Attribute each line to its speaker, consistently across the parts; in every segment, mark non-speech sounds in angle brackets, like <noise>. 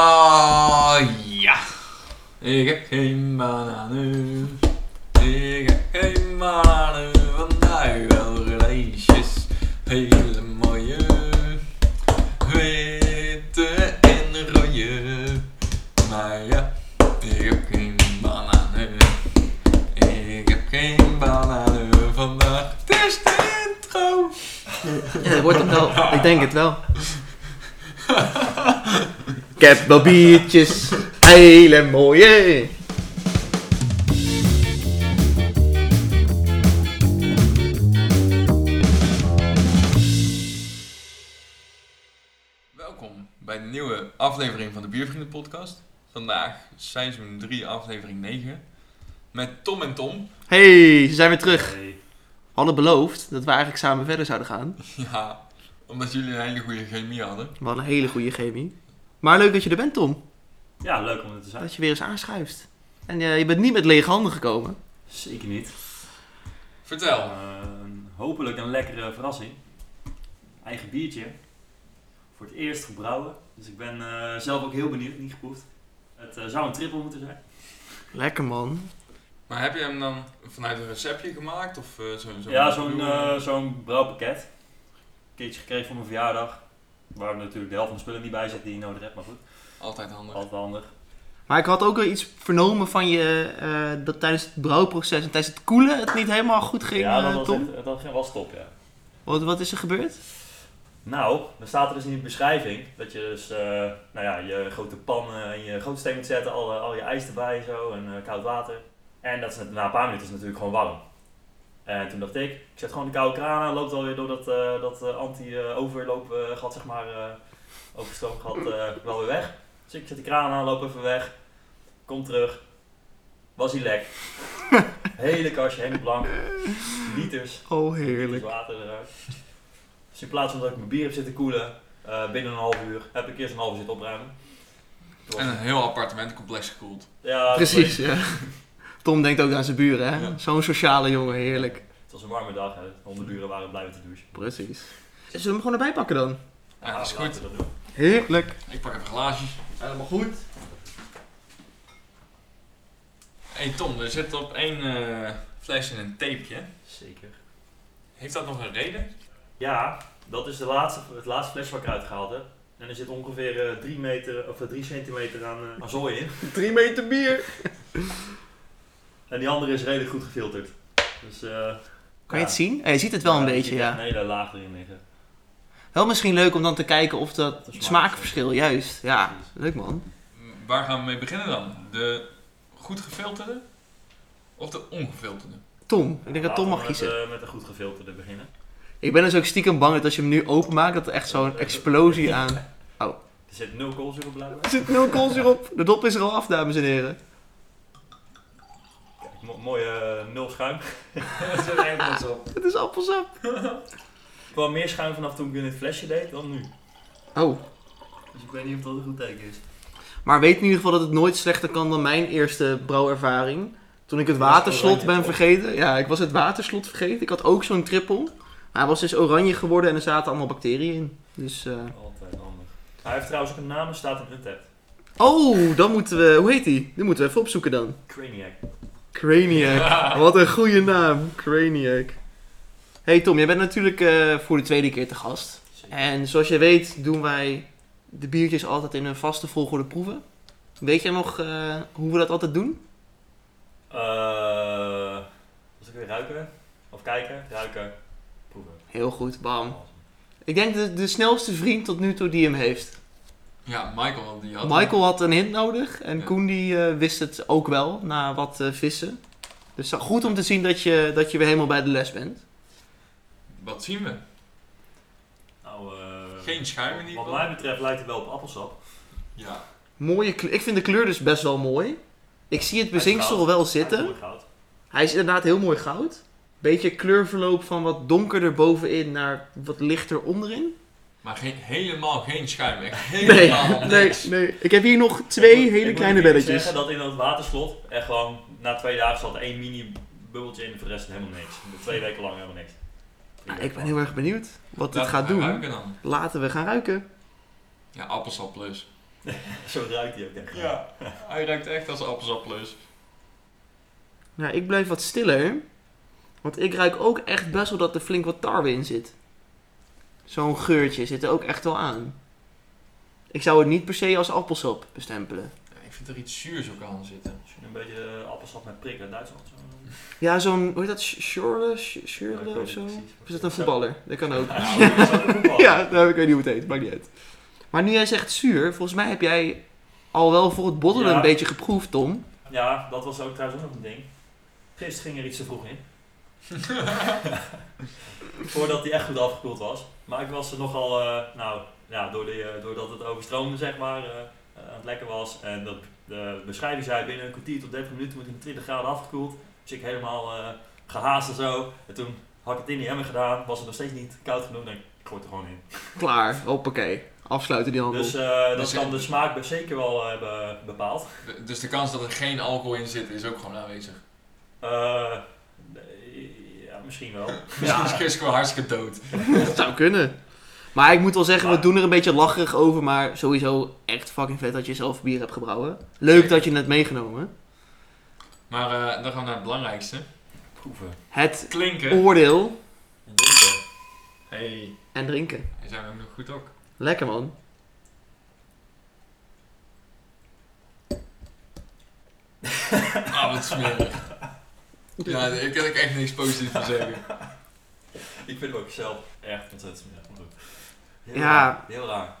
Speaker 1: Nou, ja. Ik heb geen bananen. Ik heb geen bananen. Vandaag wel lijstjes. Hele mooie. Witte en rode. Maar ja, ik heb geen bananen. Ik heb geen bananen vandaag. Het is de intro.
Speaker 2: Ja, dat wordt het wel. Ik denk het wel. Ik heb wel biertjes, hele mooie.
Speaker 1: Welkom bij de nieuwe aflevering van de Biervrienden Podcast. Vandaag seizoen 3, aflevering 9. Met Tom en Tom. <laughs>
Speaker 2: Hey, ze zijn weer terug. Hadden beloofd dat we eigenlijk samen verder zouden gaan.
Speaker 1: Ja, omdat jullie een hele goede chemie hadden.
Speaker 2: We hadden een hele goede chemie. Maar leuk dat je er bent, Tom.
Speaker 3: Ja, leuk om er te zijn.
Speaker 2: Dat je weer eens aanschuift. En eh, je bent niet met lege handen gekomen.
Speaker 3: Zeker niet.
Speaker 1: Vertel.
Speaker 3: Ehm, hopelijk een lekkere verrassing. Eigen biertje. Voor het eerst gebrouwen. Dus ik ben eh, zelf ook heel benieuwd, niet geproefd. Het eh, zou een triple moeten zijn.
Speaker 2: Lekker man.
Speaker 1: Maar heb je hem dan vanuit een receptje gemaakt? Of eh, zo'n... zo'n-
Speaker 3: ja, zo'n eh, zo'n brouwpakket. Een keertje gekregen voor mijn verjaardag. Waar natuurlijk de helft van de spullen niet bij zit die je nodig hebt. Maar goed,
Speaker 1: Altijd handig.
Speaker 3: altijd wel handig.
Speaker 2: Maar ik had ook wel iets vernomen van je eh, dat tijdens het brouwproces en tijdens het koelen het niet helemaal goed ging,
Speaker 3: ja, dat
Speaker 2: eh,
Speaker 3: was,
Speaker 2: Tom.
Speaker 3: echt- dat ging wel stop, ja.
Speaker 2: Wat, wat is er gebeurd?
Speaker 3: Nou, dan staat er dus in de beschrijving dat je dus, eh, nou ja, je grote pan eh, in je grote steen moet zetten, al, eh, al je ijs erbij zo en eh, koud water. En dat is, na een paar minuten is het natuurlijk gewoon warm. En toen dacht ik, ik zet gewoon de koude kraan aan, loopt alweer door dat, eh, dat anti-overloopgat, zeg maar, eh overstroomgat, eh, wel weer weg. Dus ik zet de kraan aan, loop even weg, kom terug, was hij lek. Hele kastje, helemaal blank, liters
Speaker 2: Oh,
Speaker 3: het
Speaker 2: heerlijk.
Speaker 3: water eruit. Dus in plaats van dat ik mijn bier heb zitten koelen, eh, binnen een half uur, heb ik eerst een half uur zitten opruimen. Toen was-
Speaker 1: En een heel appartementencomplex gekoeld.
Speaker 3: ja, het
Speaker 2: eh, Precies,
Speaker 3: was-
Speaker 2: ja. Tom denkt ook aan zijn buren, hè?
Speaker 1: Ja.
Speaker 2: Zo'n sociale jongen, heerlijk.
Speaker 3: Het was een warme dag, hè. onder buren waren blij met de douche. Ah,
Speaker 2: Precies. Zullen we hem gewoon erbij pakken dan?
Speaker 1: Ja, dat is
Speaker 3: laten
Speaker 1: goed.
Speaker 3: we dat doen.
Speaker 2: Heerlijk.
Speaker 1: Ik pak even glaasjes.
Speaker 2: Helemaal goed.
Speaker 1: Hé hey, Tom, er zit op één eh, flesje een tapeje.
Speaker 3: Zeker.
Speaker 1: Heeft dat nog een reden?
Speaker 3: Ja, dat is de laatste, het laatste flesje wat ik uitgehaald heb. En er zit ongeveer 3 meter, of 3 centimeter aan, eh, aan zooi in.
Speaker 2: Drie meter bier.
Speaker 3: En die andere is redelijk goed gefilterd. Dus, eh,
Speaker 2: Kan je het
Speaker 3: ja.
Speaker 2: zien? Eh, je ziet het wel
Speaker 3: Ja,
Speaker 2: een
Speaker 3: er
Speaker 2: beetje,
Speaker 3: zit echt
Speaker 2: ja.
Speaker 3: Een hele laag erin liggen.
Speaker 2: Wel misschien leuk om dan te kijken of dat
Speaker 3: smaak-
Speaker 2: smaakverschil, juist. Ja,
Speaker 3: Precies.
Speaker 2: leuk man.
Speaker 1: M, Waar gaan we mee beginnen dan? De goed gefilterde? Of de ongefilterde?
Speaker 2: Tom, ik denk dat
Speaker 3: Laten
Speaker 2: Tom
Speaker 3: we
Speaker 2: mag
Speaker 3: met,
Speaker 2: kiezen.
Speaker 3: eh, met een goed gefilterde beginnen.
Speaker 2: Ik ben dus ook stiekem bang dat als je hem nu openmaakt, dat er echt zo'n explosie aan...
Speaker 3: Er zit nul koolzuur blijkbaar.
Speaker 2: Er zit nul koolzuur op. De dop is er al af, dames en heren.
Speaker 3: Kijk, mo- mooie eh, nul schuim. <laughs>
Speaker 1: Dat zit ergens op.
Speaker 2: Het is appelsap.
Speaker 3: Ik kwam meer schuim vanaf toen ik in het flesje deed dan nu.
Speaker 2: Oh,
Speaker 3: Dus ik weet niet of dat een goed teken is.
Speaker 2: Maar weet in ieder geval dat het nooit slechter kan dan mijn eerste brouwervaring. Toen ik het
Speaker 3: Was
Speaker 2: waterslot
Speaker 3: oranje,
Speaker 2: ben
Speaker 3: toch?
Speaker 2: vergeten. Ja, ik was het waterslot vergeten. Ik had ook zo'n trippel. Maar hij was dus oranje geworden en er zaten allemaal bacteriën in. Dus, eh,
Speaker 3: Altijd handig. Hij heeft trouwens ook een naam, er staat in Untapped.
Speaker 2: Oh, dan moeten we... Hoe heet die? Die moeten we even opzoeken dan.
Speaker 3: Craniac.
Speaker 2: Craniac. Wat een goede naam. Craniac. Hey Tom, jij bent natuurlijk eh, voor de tweede keer te gast. En zoals je weet doen wij de biertjes altijd in een vaste volgorde proeven. Weet jij nog eh, hoe we dat altijd doen?
Speaker 3: Eh, was ik weer ruiken? Of kijken? Ruiken. Proeven.
Speaker 2: Heel goed, bam. Ik denk de, de snelste vriend tot nu toe die hem heeft.
Speaker 1: Ja, Michael die had
Speaker 2: Michael had een hint nodig en
Speaker 1: Ja.
Speaker 2: Koen die eh, wist het ook wel na wat eh, vissen. Dus zo- goed om te zien dat je, dat je weer helemaal bij de les bent.
Speaker 1: Wat zien we?
Speaker 3: Nou, eh,
Speaker 1: Geen schuim in ieder
Speaker 3: Wat
Speaker 1: geval.
Speaker 3: mij betreft lijkt het wel op appelsap.
Speaker 1: Ja.
Speaker 2: Mooie kleur. Ik vind de kleur dus best wel mooi. Ik zie het bezinksel
Speaker 3: goud.
Speaker 2: wel zitten.
Speaker 3: Mooi goud.
Speaker 2: Hij is inderdaad heel mooi goud. Beetje kleurverloop van wat donkerder bovenin naar wat lichter onderin.
Speaker 1: Maar geen, helemaal geen schuim. Echt helemaal
Speaker 2: <laughs> nee,
Speaker 1: niks.
Speaker 2: nee. Ik heb hier nog twee
Speaker 3: Ik moet- ik
Speaker 2: hele
Speaker 3: moet
Speaker 2: kleine
Speaker 3: eerlijk
Speaker 2: belletjes.
Speaker 3: zeggen dat in dat waterslot echt gewoon na twee dagen zat één mini bubbeltje in en voor de rest helemaal niks. Twee weken lang helemaal niks. Drie
Speaker 2: Nou,
Speaker 3: weken
Speaker 2: ik ben
Speaker 3: lang.
Speaker 2: heel erg benieuwd wat het
Speaker 1: Laten
Speaker 2: gaat
Speaker 1: we
Speaker 2: doen.
Speaker 1: ruiken dan.
Speaker 2: Laten we gaan ruiken.
Speaker 1: Ja, appelsap plus.
Speaker 3: Zo ruikt hij ook echt.
Speaker 1: Ja, hij ruikt echt als appelsapplus.
Speaker 2: Nou, ik blijf wat stiller. Want ik ruik ook echt best wel dat er flink wat tarwe in zit. Zo'n geurtje zit er ook echt wel aan. Ik zou het niet per se als appelsap bestempelen.
Speaker 1: Ja, ik vind er iets zuurs ook aan zitten.
Speaker 3: Misschien een beetje eh, appelsap met prik uit Duitsland. Zo.
Speaker 2: Ja, zo'n, hoe heet dat? Sch- Schorle? Sch-
Speaker 3: Ja, ik weet
Speaker 2: Schurle
Speaker 3: niet
Speaker 2: of zo?
Speaker 3: precies.
Speaker 2: Of is dat een voetballer? Dat kan ook.
Speaker 3: Ja, dat is ook een <laughs> voetballer.
Speaker 2: <laughs> Ja, nou, ik weet niet hoe het heet. Maakt niet uit. Maar nu jij zegt zuur, volgens mij heb jij al wel voor het bottelen
Speaker 3: Ja.
Speaker 2: een beetje geproefd, Tom.
Speaker 3: Ja, dat was ook trouwens ook nog een ding. Gisteren ging er iets te vroeg in. Voordat die echt goed afgekoeld was. Maar ik was er nogal, eh, nou ja, door die, eh, doordat het overstroomde zeg maar, eh, eh, aan het lekker was. En dat, de beschrijving zei binnen een kwartier tot 30 minuten moet hij 20 graden afgekoeld. Dus ik helemaal eh, gehaast en zo. En toen had ik het in die emmer gedaan, was het nog steeds niet koud genoeg. Denk ik, ik gooi het er gewoon in.
Speaker 2: Klaar, hoppakee. Afsluiten die handel.
Speaker 3: Dus eh, dat
Speaker 1: Dus-
Speaker 3: kan de smaak be- zeker wel hebben bepaald.
Speaker 1: De- Dus de kans dat er geen alcohol in zit is ook gewoon aanwezig.
Speaker 3: Eh, nee, ja, misschien wel.
Speaker 1: <laughs> Misschien is Chris gewoon hartstikke dood.
Speaker 2: <laughs> Dat zou kunnen. Maar ik moet wel zeggen, we
Speaker 3: Maar-
Speaker 2: doen er een beetje lacherig over, maar sowieso echt fucking vet dat je zelf bier hebt gebrouwen. Leuk dat je het meegenomen.
Speaker 1: Maar eh, dan gaan we naar het belangrijkste.
Speaker 3: Proeven.
Speaker 2: Het Oh.
Speaker 1: Klinken.
Speaker 2: oordeel
Speaker 3: En drinken.
Speaker 1: Hey,
Speaker 2: en drinken.
Speaker 1: daar zijn we ook nog goed ook.
Speaker 2: Lekker man.
Speaker 1: Ah, wat smerig. Ja, ik kan ook echt niks positiefs te zeggen.
Speaker 3: Ik vind hem ook zelf echt ontzettend smerig. maar goed. Heel
Speaker 2: Ja.
Speaker 3: raar, Heel raar.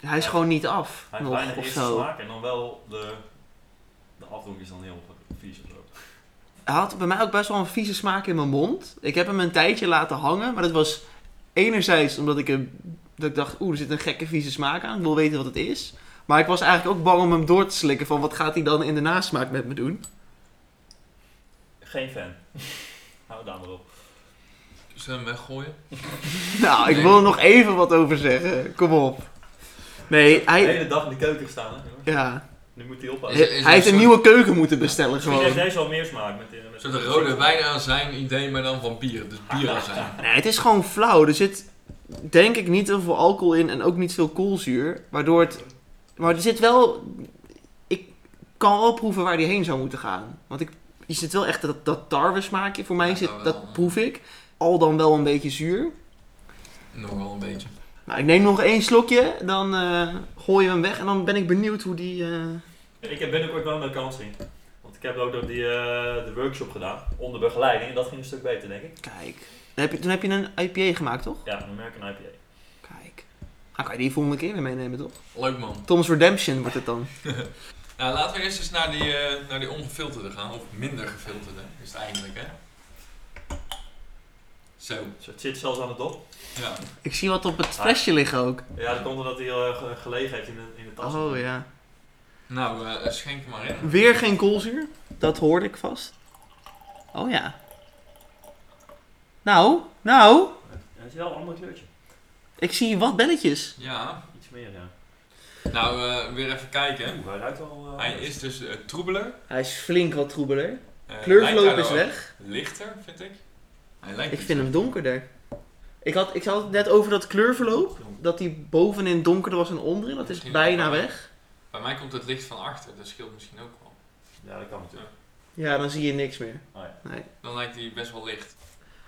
Speaker 2: Hij is gewoon niet af.
Speaker 3: Hij heeft
Speaker 2: Nog,
Speaker 3: weinig
Speaker 2: of
Speaker 3: eerste
Speaker 2: zo.
Speaker 3: smaak en dan wel de... De afdronk is dan heel vies of zo.
Speaker 2: Hij had bij mij ook best wel een vieze smaak in mijn mond. Ik heb hem een tijdje laten hangen, maar dat was enerzijds omdat ik, hem, dat ik dacht, oeh, er zit een gekke vieze smaak aan. Ik wil weten wat het is. Maar ik was eigenlijk ook bang om hem door te slikken van wat gaat hij dan in de nasmaak met me doen.
Speaker 3: Geen
Speaker 2: <laughs>
Speaker 3: fan. Hou daar maar op.
Speaker 1: <laughs> Zullen we hem weggooien?
Speaker 2: Nou, ik wil er nog even wat over zeggen. Kom op. Nee,
Speaker 3: De
Speaker 2: hij...
Speaker 3: hele dag in de keuken gestaan. Hè? jongens.
Speaker 2: Ja.
Speaker 3: Nu moet hij
Speaker 1: Is het-
Speaker 3: oppassen.
Speaker 2: Hij heeft een nieuwe keuken moeten bestellen
Speaker 3: Misschien heeft
Speaker 2: gewoon.
Speaker 3: deze wel meer smaak. Met, die- met
Speaker 1: Zo de rode wijn aan zijn idee, maar dan van bier. Dus bier aan
Speaker 2: <laughs>
Speaker 1: zijn.
Speaker 2: Nee, het is gewoon flauw. Er zit denk ik niet heel veel alcohol in en ook niet veel koolzuur. Waardoor het... Maar er zit wel... Ik kan wel proeven waar die heen zou moeten gaan. Want ik... Je zit wel echt dat, dat tarwe smaakje. Voor mij
Speaker 1: Ja,
Speaker 2: zit...
Speaker 1: dat wel.
Speaker 2: Dat proef ik. Al dan wel een beetje zuur.
Speaker 1: Nogal een beetje.
Speaker 2: Nou, ik neem nog één slokje. Dan eh gooi je hem weg. En dan ben ik benieuwd hoe die... eh,
Speaker 3: Ik heb binnenkort wel een vakantie. Want ik heb ook door die, eh, de workshop gedaan. Onder begeleiding. En dat ging een stuk beter denk ik.
Speaker 2: Kijk. Dan heb je, toen heb je een IPA gemaakt, toch?
Speaker 3: Ja, een American IPA.
Speaker 2: Kijk. Dan kan je die volgende keer weer meenemen, toch?
Speaker 1: Leuk man.
Speaker 2: Tom's Redemption wordt het dan.
Speaker 1: Nou, laten we eerst eens naar die, eh, naar die ongefilterde gaan. Of minder gefilterde is het eigenlijk, hè? Zo,
Speaker 3: Dus het zit zelfs aan de dop.
Speaker 1: ja.
Speaker 2: Ik zie wat op
Speaker 1: Ah.
Speaker 2: het flesje liggen ook.
Speaker 3: Ja, dat komt omdat hij eh, ge- gelegen heeft in de, in de tas.
Speaker 2: Oh ja.
Speaker 1: Nou, eh, schenk hem maar in.
Speaker 2: Weer geen koolzuur. Dat hoorde ik vast. Oh ja. Nou, nou.
Speaker 3: Hij is wel een ander kleurtje.
Speaker 2: Ik zie wat belletjes.
Speaker 1: Ja.
Speaker 3: Iets meer, ja.
Speaker 1: Nou, eh, weer even kijken.
Speaker 3: Oeh, hij ruikt wel... eh,
Speaker 1: Hij is dus eh, troebeler.
Speaker 2: Hij is flink wat troebeler.
Speaker 1: Eh, lijkt
Speaker 2: Kleurverloop
Speaker 1: hij
Speaker 2: is
Speaker 1: wel
Speaker 2: weg.
Speaker 1: Lichter, vind ik. Hij lijkt
Speaker 2: Ik
Speaker 1: iets-
Speaker 2: vind hem donkerder. Ik had, ik had het net over dat kleurverloop. Dat die bovenin donkerder was en onderin. Dat is
Speaker 1: Misschien
Speaker 2: bijna
Speaker 1: ook wel.
Speaker 2: weg.
Speaker 1: Bij mij komt het licht van achter, dat scheelt misschien ook wel.
Speaker 3: Ja, dat kan natuurlijk.
Speaker 2: Ja, dan zie je niks meer.
Speaker 3: Oh ja.
Speaker 1: Dan lijkt hij best wel licht.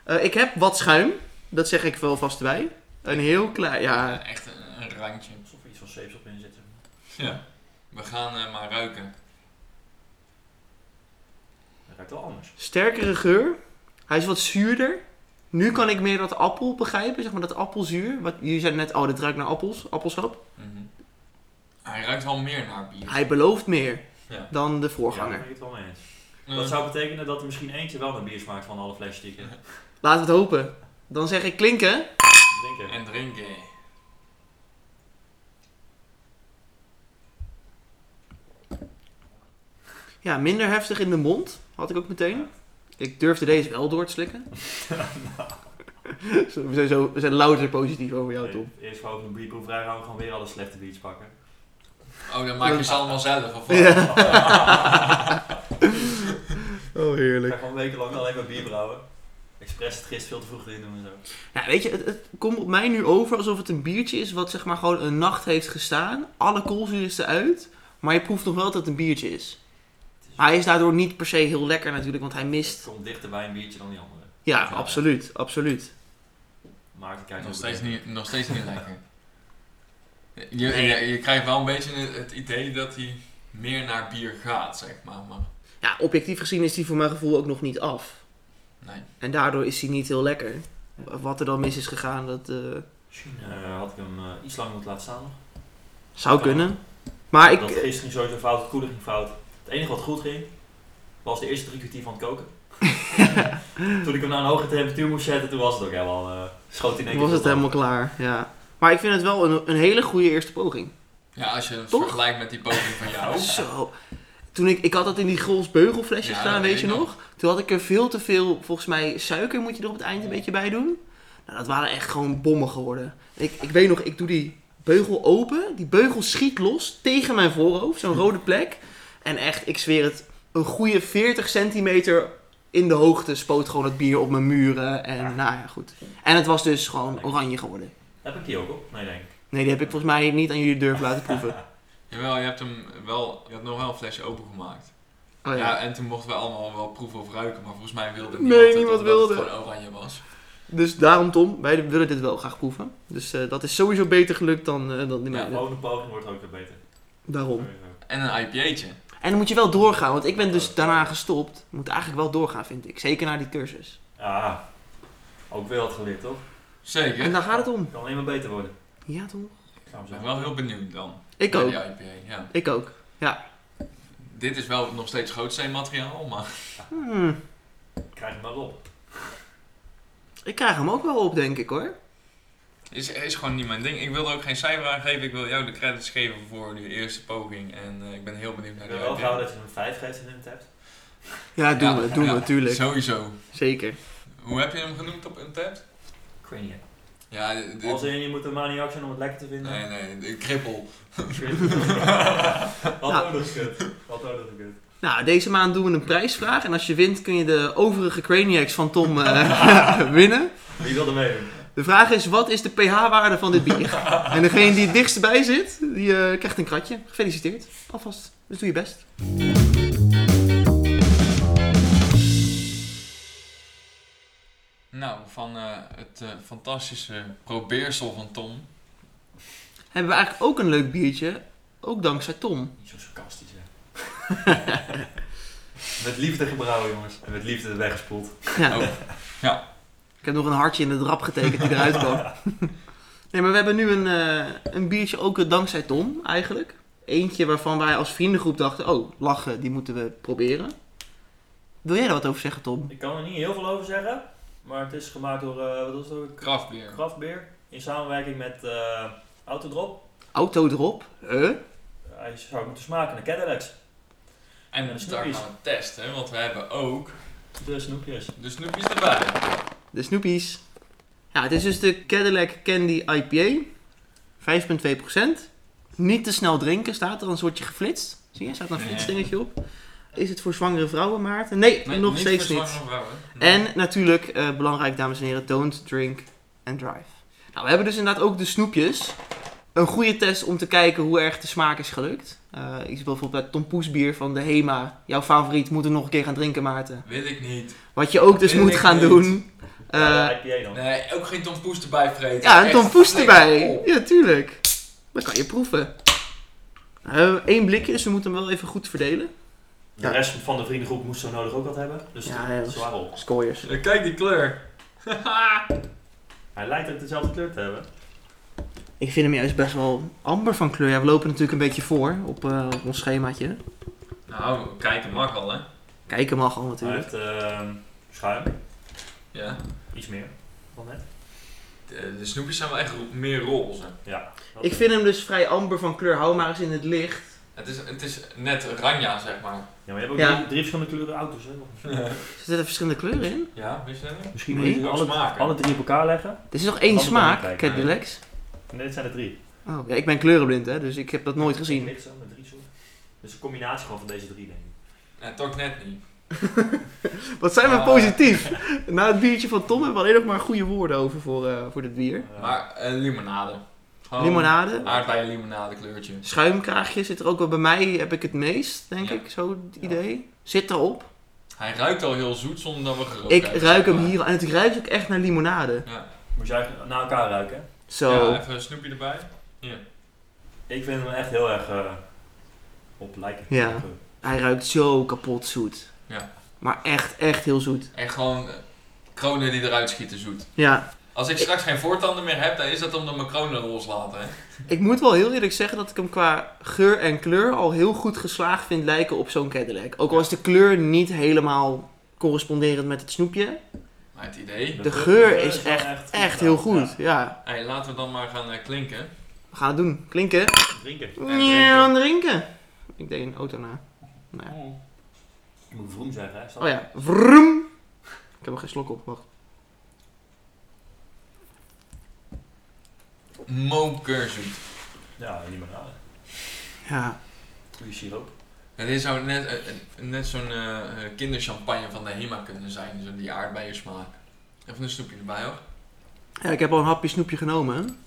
Speaker 2: Eh, ik heb wat schuim. Dat zeg ik wel vast bij. Een heel klein, ja.
Speaker 1: Eh, Echt een, een randje.
Speaker 3: Alsof er iets van zeepsop in zit. zeg maar.
Speaker 1: Ja. We gaan eh, maar ruiken.
Speaker 3: Hij ruikt wel anders.
Speaker 2: Sterkere geur. Hij is wat zuurder. Nu kan ik meer dat appel begrijpen, zeg maar dat appelzuur. Wat, jullie zeiden net, oh, dit ruikt naar appels, appelsap.
Speaker 1: Mhm. Hij ruikt wel meer naar bier.
Speaker 2: Hij belooft meer
Speaker 1: Ja.
Speaker 2: dan de
Speaker 3: Ja, daar
Speaker 2: voorganger.
Speaker 3: ben ik het wel mee eens.
Speaker 1: Eh,
Speaker 3: Dat zou betekenen dat er misschien eentje wel naar bier smaakt van alle flesjes die ik heb.
Speaker 2: Laten we het hopen. Dan zeg ik klinken.
Speaker 3: Drinken.
Speaker 1: En drinken.
Speaker 2: Ja, minder heftig in de mond, had ik ook meteen. Ik durfde deze wel door te slikken. <laughs> Zo, we, zijn zo, we zijn louter positief over jou, Tom.
Speaker 3: Nee, Eerst gewoon een bierproeverij gaan we gewoon weer alle slechte biertjes pakken.
Speaker 1: Oh, dan maak je ze allemaal zelf. Of wat?
Speaker 2: <laughs> Ja.
Speaker 3: Ik
Speaker 2: Oh,
Speaker 3: ga
Speaker 2: heerlijk.
Speaker 3: gewoon wekenlang alleen maar bier brouwen. Express het gist veel te vroeg erin doen en zo.
Speaker 2: Ja, Nou, weet je, het, het komt op mij nu over alsof het een biertje is wat zeg maar gewoon een nacht heeft gestaan. Alle koolzuur is eruit, maar je proeft nog wel dat het een biertje is. Maar hij is daardoor niet per se heel lekker natuurlijk, want hij
Speaker 3: Het
Speaker 2: mist.
Speaker 3: komt dichter bij een biertje dan die andere.
Speaker 2: Ja,
Speaker 1: Ja.
Speaker 2: absoluut, absoluut.
Speaker 3: Maarten kijkt
Speaker 1: Nog
Speaker 3: ook
Speaker 1: steeds
Speaker 3: weer.
Speaker 1: niet, nog steeds niet lekker. Je, je, je krijgt wel een beetje het, het idee dat hij meer naar bier gaat, zeg maar. maar
Speaker 2: Ja, objectief gezien is die voor mijn gevoel ook nog niet af.
Speaker 1: nee.
Speaker 2: En daardoor is hij niet heel lekker. Wat er dan mis is gegaan, dat eh,
Speaker 3: Misschien eh, had ik hem eh, iets langer moeten laten staan. nog.
Speaker 2: zou
Speaker 3: Ja.
Speaker 2: kunnen. Maar
Speaker 3: Dat
Speaker 2: Ah, ik,
Speaker 3: gisteren ging sowieso fout, het koelen ging fout. Het enige wat goed ging, was de eerste drie kwartier van
Speaker 2: <laughs>
Speaker 3: het koken. toen ik hem naar een hogere temperatuur moest zetten, toen was het ook helemaal... eh schoot in één keer
Speaker 2: was het
Speaker 3: vol.
Speaker 2: helemaal klaar, ja. Maar ik vind het wel een, een hele goede eerste poging.
Speaker 1: Ja, als je het
Speaker 2: Toch?
Speaker 1: vergelijkt met die poging van jou.
Speaker 2: <laughs> Zo. Toen ik, ik had dat in die Grols beugelflesjes
Speaker 1: Ja,
Speaker 2: gedaan,
Speaker 1: dat
Speaker 2: weet
Speaker 1: weet
Speaker 2: je
Speaker 1: ik nog.
Speaker 2: nog? Toen had ik er veel te veel, volgens mij suiker moet je er op het eind een beetje bij doen. Nou, dat waren echt gewoon bommen geworden. Ik, ik weet nog, ik doe die beugel open. Die beugel schiet los tegen mijn voorhoofd, zo'n rode plek. En echt, ik zweer het, een goede 40 centimeter in de hoogte spoot gewoon het bier op mijn muren. En nou ja, goed. En het was dus gewoon oranje geworden.
Speaker 3: Heb ik die ook op? Nee, denk ik.
Speaker 2: Nee, die heb ik volgens mij niet aan jullie durven laten proeven.
Speaker 1: Jawel, je hebt hem wel, je had nog wel een flesje opengemaakt.
Speaker 2: Oh
Speaker 1: ja.
Speaker 2: ja.
Speaker 1: en toen mochten we allemaal wel proeven of ruiken, maar volgens mij wilde
Speaker 2: Nee,
Speaker 1: niemand het,
Speaker 2: niemand
Speaker 1: omdat
Speaker 2: wilde.
Speaker 1: het gewoon oranje was.
Speaker 2: Dus daarom, Tom, wij willen dit wel graag proeven. Dus eh, dat is sowieso beter gelukt dan, eh, dan
Speaker 1: Ja,
Speaker 2: die meiden.
Speaker 3: Gewoon een poging wordt ook weer beter.
Speaker 2: daarom.
Speaker 3: Sowieso.
Speaker 1: En een IPA'tje.
Speaker 2: En dan moet je wel doorgaan, want ik ben dus daarna gestopt. Je Moet eigenlijk wel doorgaan, vind ik. Zeker naar die cursus.
Speaker 3: Ja, ook weer wat geleerd, toch?
Speaker 2: En
Speaker 1: Zeker.
Speaker 2: daar gaat het om.
Speaker 3: Kan alleen maar beter worden.
Speaker 2: Ja, Tom?
Speaker 3: Ik ga hem
Speaker 1: Ik
Speaker 3: zo.
Speaker 1: ben wel heel benieuwd dan.
Speaker 2: Ik
Speaker 1: naar
Speaker 2: ook.
Speaker 1: Die IPA, ja.
Speaker 2: Ik ook.
Speaker 1: Dit is wel nog steeds gootsteen-materiaal, maar <laughs>
Speaker 2: Hmm,
Speaker 3: Ik krijg hem wel op.
Speaker 2: Ik krijg hem ook wel op, denk ik hoor.
Speaker 1: is, is gewoon niet mijn ding. Ik wil er ook geen cijfer aan geven. Ik wil jou de credits geven voor die eerste poging. En eh, ik ben heel benieuwd naar
Speaker 3: Ik
Speaker 1: die
Speaker 3: ben wel
Speaker 1: IPA.
Speaker 3: gauw dat je hem 5 geeft in het hebt.
Speaker 2: Ja, doen
Speaker 1: Ja,
Speaker 2: we, doen
Speaker 1: ja,
Speaker 2: we, tuurlijk.
Speaker 1: Sowieso.
Speaker 2: Zeker.
Speaker 1: Hoe heb je hem genoemd op Untappd?
Speaker 3: Craniac.
Speaker 1: Ja, dit-
Speaker 3: Als in, je moet een maniac zijn om het lekker te vinden.
Speaker 1: Nee, nee, de krippel.
Speaker 2: <laughs>
Speaker 3: Wat
Speaker 2: Nou.
Speaker 3: ook nog eens kut. Wat ook nog eens kut.
Speaker 2: Nou, deze maand doen we een prijsvraag. En als je wint, kun je de overige Craniacs van Tom eh, <laughs> winnen.
Speaker 3: Wie wil er meedoen?
Speaker 2: De vraag is, wat is de pH-waarde van dit bier? en degene die het dichtst bij zit, die eh, krijgt een kratje. Gefeliciteerd. Alvast. Dus doe je best.
Speaker 1: Nou, van eh, het eh, fantastische probeersel van Tom.
Speaker 2: Hebben we eigenlijk ook een leuk biertje. Ook dankzij Tom.
Speaker 3: Niet zo sarcastisch, hè. <laughs> met liefde gebrouwen, jongens. En met liefde weggespoeld.
Speaker 2: Ja.
Speaker 1: Oh. Ja.
Speaker 2: Ik heb nog een hartje in het rap getekend die eruit kwam. nee, maar we hebben nu een, eh, een biertje ook dankzij Tom eigenlijk. Eentje waarvan wij als vriendengroep dachten, oh, lachen, die moeten we proberen. Wil jij daar wat over zeggen, Tom?
Speaker 3: Ik kan er niet heel veel over zeggen. Maar het is gemaakt door, eh, wat was het ook?
Speaker 1: Kraftbeer.
Speaker 3: Craft Beer. In samenwerking met eh, Autodrop.
Speaker 2: Autodrop? Huh?
Speaker 3: Hij zou moeten smaken naar Cadillacs.
Speaker 1: En
Speaker 3: Ja,
Speaker 1: we
Speaker 3: de
Speaker 1: starten
Speaker 3: snoepjes.
Speaker 1: aan het testen, want we hebben ook
Speaker 3: De snoepjes.
Speaker 1: de snoepjes erbij.
Speaker 2: De Snoepies. Ja, het is dus de Cadillac Candy IPA. 5,2%. Niet te snel drinken, staat er, anders word je geflitst. Zie je, staat er een
Speaker 1: Nee.
Speaker 2: flitsdingetje op. Is het voor zwangere vrouwen, Maarten? Nee,
Speaker 1: Nee,
Speaker 2: nog
Speaker 1: niet
Speaker 2: steeds
Speaker 1: voor
Speaker 2: niet.
Speaker 1: zwangere vrouwen. Nee.
Speaker 2: En natuurlijk, eh, belangrijk dames en heren, don't drink and drive. Nou, we hebben dus inderdaad ook de snoepjes. Een goede test om te kijken hoe erg de smaak is gelukt. Eh ik zie bijvoorbeeld bij Tom Poes bier van de Hema. Jouw favoriet, moet er nog een keer gaan drinken, Maarten.
Speaker 1: Weet ik niet.
Speaker 2: Wat je ook dus
Speaker 1: Wil
Speaker 2: moet
Speaker 1: ik
Speaker 2: gaan
Speaker 1: niet.
Speaker 2: doen. eh,
Speaker 3: Ja, de IPA dan.
Speaker 1: Nee, ook geen Tom Poes erbij vreten.
Speaker 2: ja, en
Speaker 1: Echt, oh.
Speaker 2: Tom Poes
Speaker 1: flikker
Speaker 2: erbij.
Speaker 1: op.
Speaker 2: Ja, tuurlijk. Dan kan je proeven. Eén blikje, dus we moeten hem wel even goed verdelen.
Speaker 3: De rest van de vriendengroep moest zo nodig ook wat hebben. Dus
Speaker 2: Ja,
Speaker 3: ja,
Speaker 2: ja, dat-
Speaker 3: zwaar op.
Speaker 2: Scoyers.
Speaker 1: Ja, Eh, Kijk die kleur.
Speaker 3: Hij lijkt ook dezelfde kleur te hebben.
Speaker 2: Ik vind hem juist best wel amber van kleur. Ja, we lopen natuurlijk een beetje voor op, eh, op ons schemaatje.
Speaker 1: Nou, kijken mag al, hè?
Speaker 2: Kijken mag al
Speaker 3: Hij
Speaker 2: natuurlijk.
Speaker 3: heeft eh, schuim.
Speaker 1: Ja.
Speaker 3: Iets meer dan net.
Speaker 1: De, de snoepjes zijn wel echt ro- meer roze.
Speaker 3: Ja. dat-
Speaker 2: Ik vind hem dus vrij amber van kleur. Hou maar eens in het licht.
Speaker 1: Het is, het is net oranje, zeg maar.
Speaker 3: Ja, maar je hebt ook
Speaker 2: Ja.
Speaker 3: drie, drie verschillende kleuren auto's. Hè?
Speaker 2: Zitten er verschillende kleuren in?
Speaker 1: Ja, wist je dat niet?
Speaker 3: Misschien
Speaker 2: Nee.
Speaker 3: moet je
Speaker 1: Ook
Speaker 3: alle,
Speaker 1: smaken.
Speaker 3: alle drie op elkaar leggen.
Speaker 2: Er is nog één
Speaker 3: Kan ik wel
Speaker 2: smaak,
Speaker 3: niet kijken,
Speaker 2: Cadillacs.
Speaker 3: Nee, dit zijn er drie.
Speaker 2: Oh, ja, ik ben kleurenblind, hè, dus ik heb dat nooit
Speaker 3: Ik
Speaker 1: <laughs>
Speaker 2: gezien.
Speaker 3: mix zo met drie soorten. Dus een combinatie gewoon van deze drie, denk ik.
Speaker 1: Nee, toch net niet.
Speaker 2: Wat zijn we
Speaker 1: Ah.
Speaker 2: positief. Na het biertje van Tom hebben we alleen nog maar goede woorden over voor, eh, voor dit bier.
Speaker 3: Eh,
Speaker 1: Maar eh, limonade. Gewoon
Speaker 2: Limonade.
Speaker 1: Aardbeien limonade kleurtje.
Speaker 2: Schuimkraagje zit er ook wel bij mij, heb ik het meest, denk
Speaker 1: Ja.
Speaker 2: ik, zo het
Speaker 3: Ja.
Speaker 2: idee. Zit erop.
Speaker 1: Hij ruikt al heel zoet zonder dat we gerookt
Speaker 2: Ik
Speaker 1: hebben,
Speaker 2: ruik
Speaker 1: zeg
Speaker 2: hem
Speaker 1: maar.
Speaker 2: hier en het ruikt ook echt naar limonade.
Speaker 1: Ja.
Speaker 3: Moet je eigenlijk naar elkaar ruiken. hè?
Speaker 2: Zo.
Speaker 1: Ja, even een snoepje erbij.
Speaker 3: Ik vind hem echt heel erg eh, op lijken.
Speaker 2: Ja. Hij ruikt zo kapot zoet.
Speaker 1: Ja.
Speaker 2: Maar echt, echt heel zoet.
Speaker 1: En gewoon eh, kronen die eruit schieten zoet.
Speaker 2: Ja.
Speaker 1: Als ik straks geen voortanden meer heb, dan is dat omdat mijn kronen loslaten. Hè?
Speaker 2: Ik moet wel heel eerlijk zeggen dat ik hem qua geur en kleur al heel goed geslaagd vind lijken op zo'n Cadillac. Ook al is de kleur niet helemaal corresponderend met het snoepje.
Speaker 1: Maar het idee...
Speaker 2: De geur is
Speaker 3: wel
Speaker 2: Echt
Speaker 3: gedaan.
Speaker 2: heel goed, ja.
Speaker 1: Hey, laten we dan maar gaan eh, klinken.
Speaker 2: We gaan het doen. Klinken.
Speaker 3: Ja, Drinken.
Speaker 1: drinken.
Speaker 2: Ja, drinken. Ik deed een auto na. Nou ja.
Speaker 3: Ik moet vroem zeggen, hè? Sam?
Speaker 2: Oh ja. Vroom. Ik heb er geen slok op, wacht.
Speaker 1: Mokerzoet.
Speaker 3: Ja, niet meer raden.
Speaker 2: Ja.
Speaker 3: Goeie siroop.
Speaker 1: Het is zou net, eh, eh, net zo'n eh, eh, kinderchampagne van de HEMA kunnen zijn. Zo die aardbeien smaak. Even een snoepje erbij hoor.
Speaker 2: ja. Ik heb al een hapje snoepje genomen.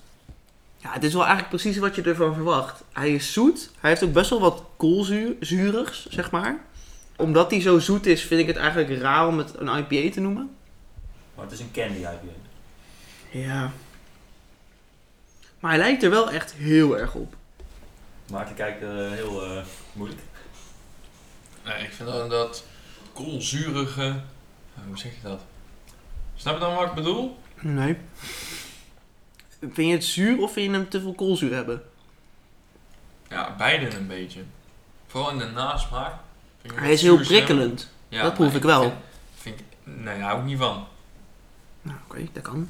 Speaker 2: Ja, het is wel eigenlijk precies wat je ervan verwacht. Hij is zoet. Hij heeft ook best wel wat koolzuurigs, zeg maar. Omdat hij zo zoet is, vind ik het eigenlijk raar om het een IPA te noemen.
Speaker 3: Maar het is een candy IPA.
Speaker 2: Ja. Maar hij lijkt er wel echt heel erg op.
Speaker 3: Maakt de kijker eh, heel eh, moeilijk.
Speaker 1: Nee, ik vind dat, dat koolzurige... eh, hoe zeg je dat? Snap je dan wat ik bedoel?
Speaker 2: Nee. Vind je het zuur of vind je hem te veel koolzuur hebben?
Speaker 1: Ja, beide een beetje. Vooral in de nasmaak. Vind ik
Speaker 2: Hij
Speaker 1: wat
Speaker 2: is heel
Speaker 1: zuurs hebben.
Speaker 2: prikkelend.
Speaker 1: Ja,
Speaker 2: Dat proef
Speaker 1: maar
Speaker 2: ik wel.
Speaker 1: Vind, vind ik, nee, daar hou ik niet van.
Speaker 2: Nou, oké, dat kan.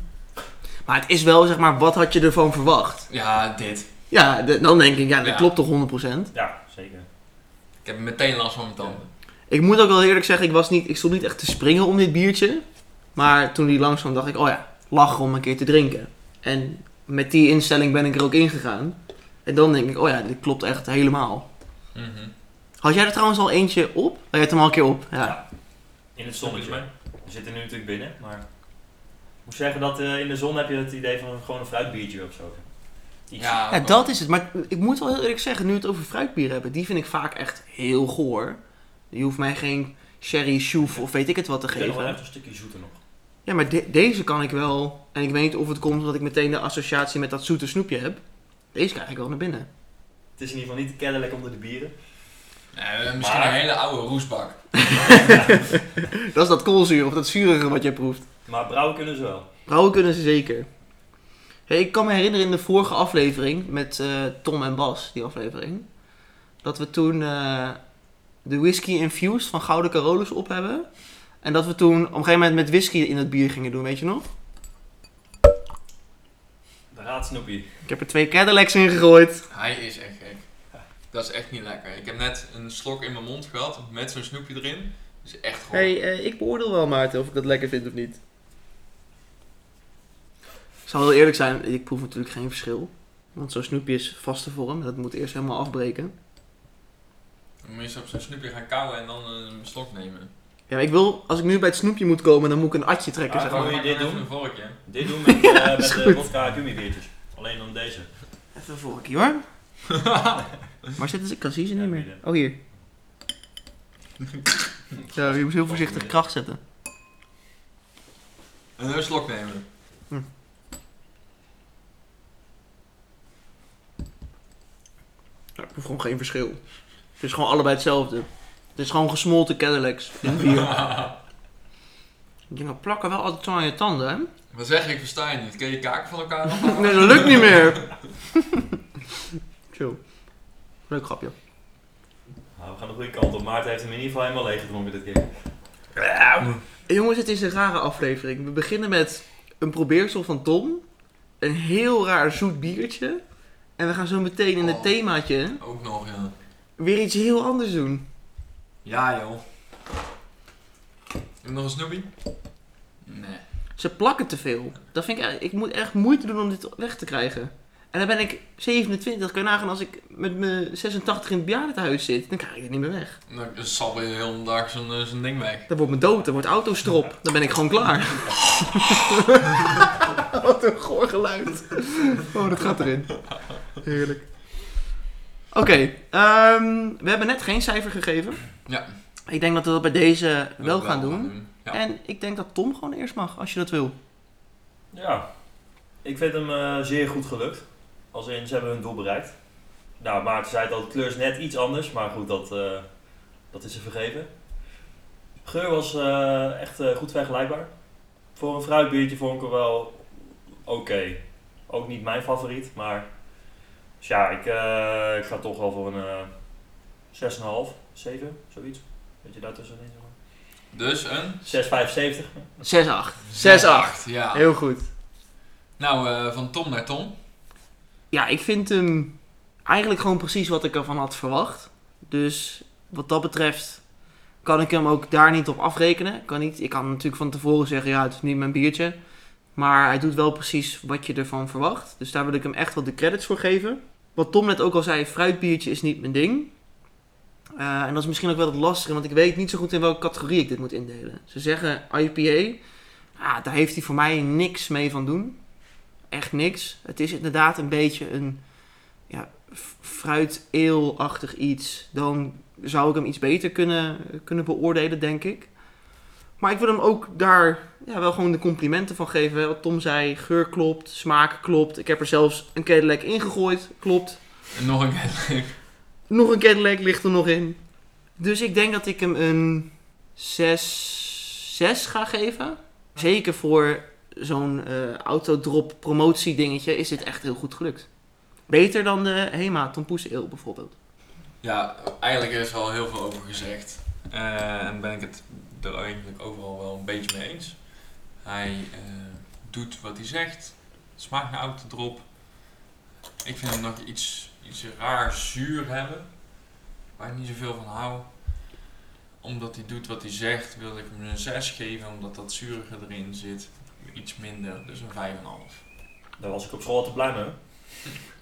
Speaker 2: Maar het is wel, zeg maar, wat had je ervan verwacht?
Speaker 1: Ja, dit.
Speaker 2: Ja, de- dan denk ik, ja, dat
Speaker 1: Ja.
Speaker 2: klopt toch 100%.
Speaker 3: Ja, zeker.
Speaker 1: Ik heb meteen last van mijn tanden.
Speaker 2: Ik moet ook wel eerlijk zeggen, ik, was niet, ik stond niet echt te springen om dit biertje. Maar toen die langzaam dacht ik, oh ja, lachen om een keer te drinken. En met die instelling ben ik er ook ingegaan. En dan denk ik, oh ja, dit klopt echt helemaal.
Speaker 1: Mhm.
Speaker 2: Had jij er trouwens al eentje op? Oh, jij hebt hem al een keer op, ja.
Speaker 3: Ja. In het zonnetje. We zitten nu natuurlijk binnen, maar... Ik moet zeggen dat eh, in de zon heb je het idee van gewoon een fruitbiertje of zo. Iets-
Speaker 1: Ja,
Speaker 2: Ja,
Speaker 1: ook
Speaker 2: dat is het. Maar ik moet wel heel eerlijk zeggen, nu we het over fruitbier hebben, die vind ik vaak echt heel goor. Je hoeft mij geen sherry, shoef of weet ik het wat te
Speaker 3: Ik vind nog wel
Speaker 2: geven.
Speaker 3: echt een stukje zoeter nog.
Speaker 2: Ja, maar de- deze kan ik wel. En ik weet niet of het komt omdat ik meteen de associatie met dat zoete snoepje heb. Deze krijg ik wel naar binnen.
Speaker 3: Het is in ieder geval niet te Cadillac onder de bieren.
Speaker 1: Nee, misschien
Speaker 3: Maar-
Speaker 1: een hele oude roesbak.
Speaker 2: Dat is dat koolzuur of dat zurige wat jij proeft.
Speaker 3: Maar brouwen kunnen ze wel.
Speaker 2: Brouwen kunnen ze zeker. Hey, ik kan me herinneren in de vorige aflevering met eh, Tom en Bas, die aflevering. Dat we toen eh, de whisky infused van Gouden Carolus op hebben. En dat we toen op een gegeven moment met whisky in het bier gingen doen, weet je nog?
Speaker 3: Daar gaat Snoopy.
Speaker 2: Ik heb er twee Cadillacs in gegooid.
Speaker 1: Hij is echt gek. Dat is echt niet lekker. Ik heb net een slok in mijn mond gehad met zo'n snoepje erin. Dat is echt gewoon.
Speaker 2: hey, eh, ik beoordeel wel Maarten of ik dat lekker vind of niet. Ik zal heel eerlijk zijn, ik proef natuurlijk geen verschil. Want zo'n snoepje is vaste vorm, dat moet eerst helemaal afbreken.
Speaker 1: Dan moet je op zo'n snoepje gaan kauwen en dan een slok nemen.
Speaker 2: Ja, maar ik wil, als ik nu bij het snoepje moet komen, dan moet ik een atje trekken,
Speaker 3: Ah,
Speaker 2: zeg
Speaker 3: wou
Speaker 2: maar.
Speaker 3: je
Speaker 1: Pak
Speaker 3: dit
Speaker 1: dan even
Speaker 3: doen?
Speaker 1: Een vorkje.
Speaker 2: <laughs>
Speaker 3: Dit doen met, eh met
Speaker 2: is
Speaker 3: de
Speaker 2: goed.
Speaker 3: vodka gummibiertjes. Alleen dan deze.
Speaker 2: Even voor ik hoor. Maar zitten ze? Ik kan zien ze niet meer. Oh, hier. Ja, je moet heel voorzichtig kracht zetten.
Speaker 1: En een slok <laughs> nemen.
Speaker 2: Hm. Ja, ik proef gewoon geen verschil. Het is gewoon allebei hetzelfde. Het is gewoon gesmolten Cadillacs in bier. Die dingen plakken wel altijd zo aan je tanden, hè?
Speaker 1: Wat zeg je? ik? Versta je niet? Kun je kaken van elkaar <laughs> afhalen?
Speaker 2: Nee, dat lukt niet meer. <laughs> Chill. Leuk grapje.
Speaker 3: Nou, we gaan de goede kant op. Maarten heeft hem in ieder geval helemaal leeg gedronken dit keer.
Speaker 2: Eh, Jongens, het is een rare aflevering. We beginnen met een probeersel van Tom. Een heel raar zoet biertje. En we gaan zo meteen in het
Speaker 1: Oh.
Speaker 2: themaatje
Speaker 1: Ook nog, ja.
Speaker 2: weer iets heel anders doen.
Speaker 1: Ja, joh. Heb je nog een snoepje? Nee.
Speaker 2: Ze plakken te veel. Dat vind ik, echt- ik moet echt moeite doen om dit weg te krijgen. En dan ben ik 27. Kan je nagaan als ik met mijn 86 in het bejaardentehuis zit. Dan krijg ik er niet meer weg.
Speaker 1: Dan sabbel je de hele dag zijn eh, zijn ding weg.
Speaker 2: Dan wordt mijn dood. Dan wordt autostrop. Dan ben ik gewoon klaar. <laughs> Wat een goor geluid. Oh, dat gaat erin. Heerlijk. Oké. ehm, we hebben net geen cijfer gegeven.
Speaker 1: Ja.
Speaker 2: Ik denk dat we dat bij deze
Speaker 1: Dat
Speaker 2: wel gaan doen.
Speaker 1: Ja.
Speaker 2: En ik denk dat Tom gewoon eerst mag, als je dat wil.
Speaker 3: Ja, ik vind hem eh, zeer goed gelukt. Als in, ze hebben hun doel bereikt. Nou, Maarten zei het al, de kleur is net iets anders, maar goed, dat, eh, dat is ze vergeven. Geur was eh, echt eh, goed vergelijkbaar. Voor een fruitbiertje vond ik hem wel oké. Ook niet mijn favoriet, maar... Dus ja, ik, eh, ik ga toch wel voor een eh 6,5, 7, zoiets. Weet je daartussenin?
Speaker 1: Dus een...
Speaker 3: 6,75.
Speaker 1: 6-8,
Speaker 2: 6-8. 6-8.
Speaker 1: Ja.
Speaker 2: Heel goed.
Speaker 1: Nou, eh, van Tom naar Tom.
Speaker 2: Ja, ik vind hem eigenlijk gewoon precies wat ik ervan had verwacht. Dus wat dat betreft kan ik hem ook daar niet op afrekenen. Kan niet, ik kan natuurlijk van tevoren zeggen, ja, het is niet mijn biertje. Maar hij doet wel precies wat je ervan verwacht. Dus daar wil ik hem echt wel de credits voor geven. Wat Tom net ook al zei, fruitbiertje is niet mijn ding. Eh, en dat is misschien ook wel het lastige, want ik weet niet zo goed in welke categorie ik dit moet indelen. Ze zeggen IPA, ah, daar heeft hij voor mij niks mee van doen echt niks. Het is inderdaad een beetje een ja, f- fruit-eel-achtig iets. Dan zou ik hem iets beter kunnen, kunnen beoordelen, denk ik. Maar ik wil hem ook daar ja, wel gewoon de complimenten van geven. hè. Wat Tom zei, geur klopt, smaak klopt. Ik heb er zelfs een Cadillac in gegooid, klopt.
Speaker 1: En nog een keer.
Speaker 2: Nog een Cadillac ligt er nog in. Dus ik denk dat ik hem een 6, 6 ga geven. Zeker voor zo'n eh autodrop promotie dingetje is dit echt heel goed gelukt. Beter dan de Hema Tompoes Eel bijvoorbeeld.
Speaker 1: Ja, eigenlijk is er al heel veel over gezegd. Eh, en ben ik het er eigenlijk overal wel een beetje mee eens. Hij eh, doet wat hij zegt. Het Smaakt naar autodrop. Ik vind hem nog iets, iets raar zuur hebben. Waar ik niet zoveel van hou. Omdat hij doet wat hij zegt, wil ik hem een 6 geven. Omdat dat zuurige erin zit. Iets minder, dus een 5,5.
Speaker 3: Daar was ik op school altijd blij mee.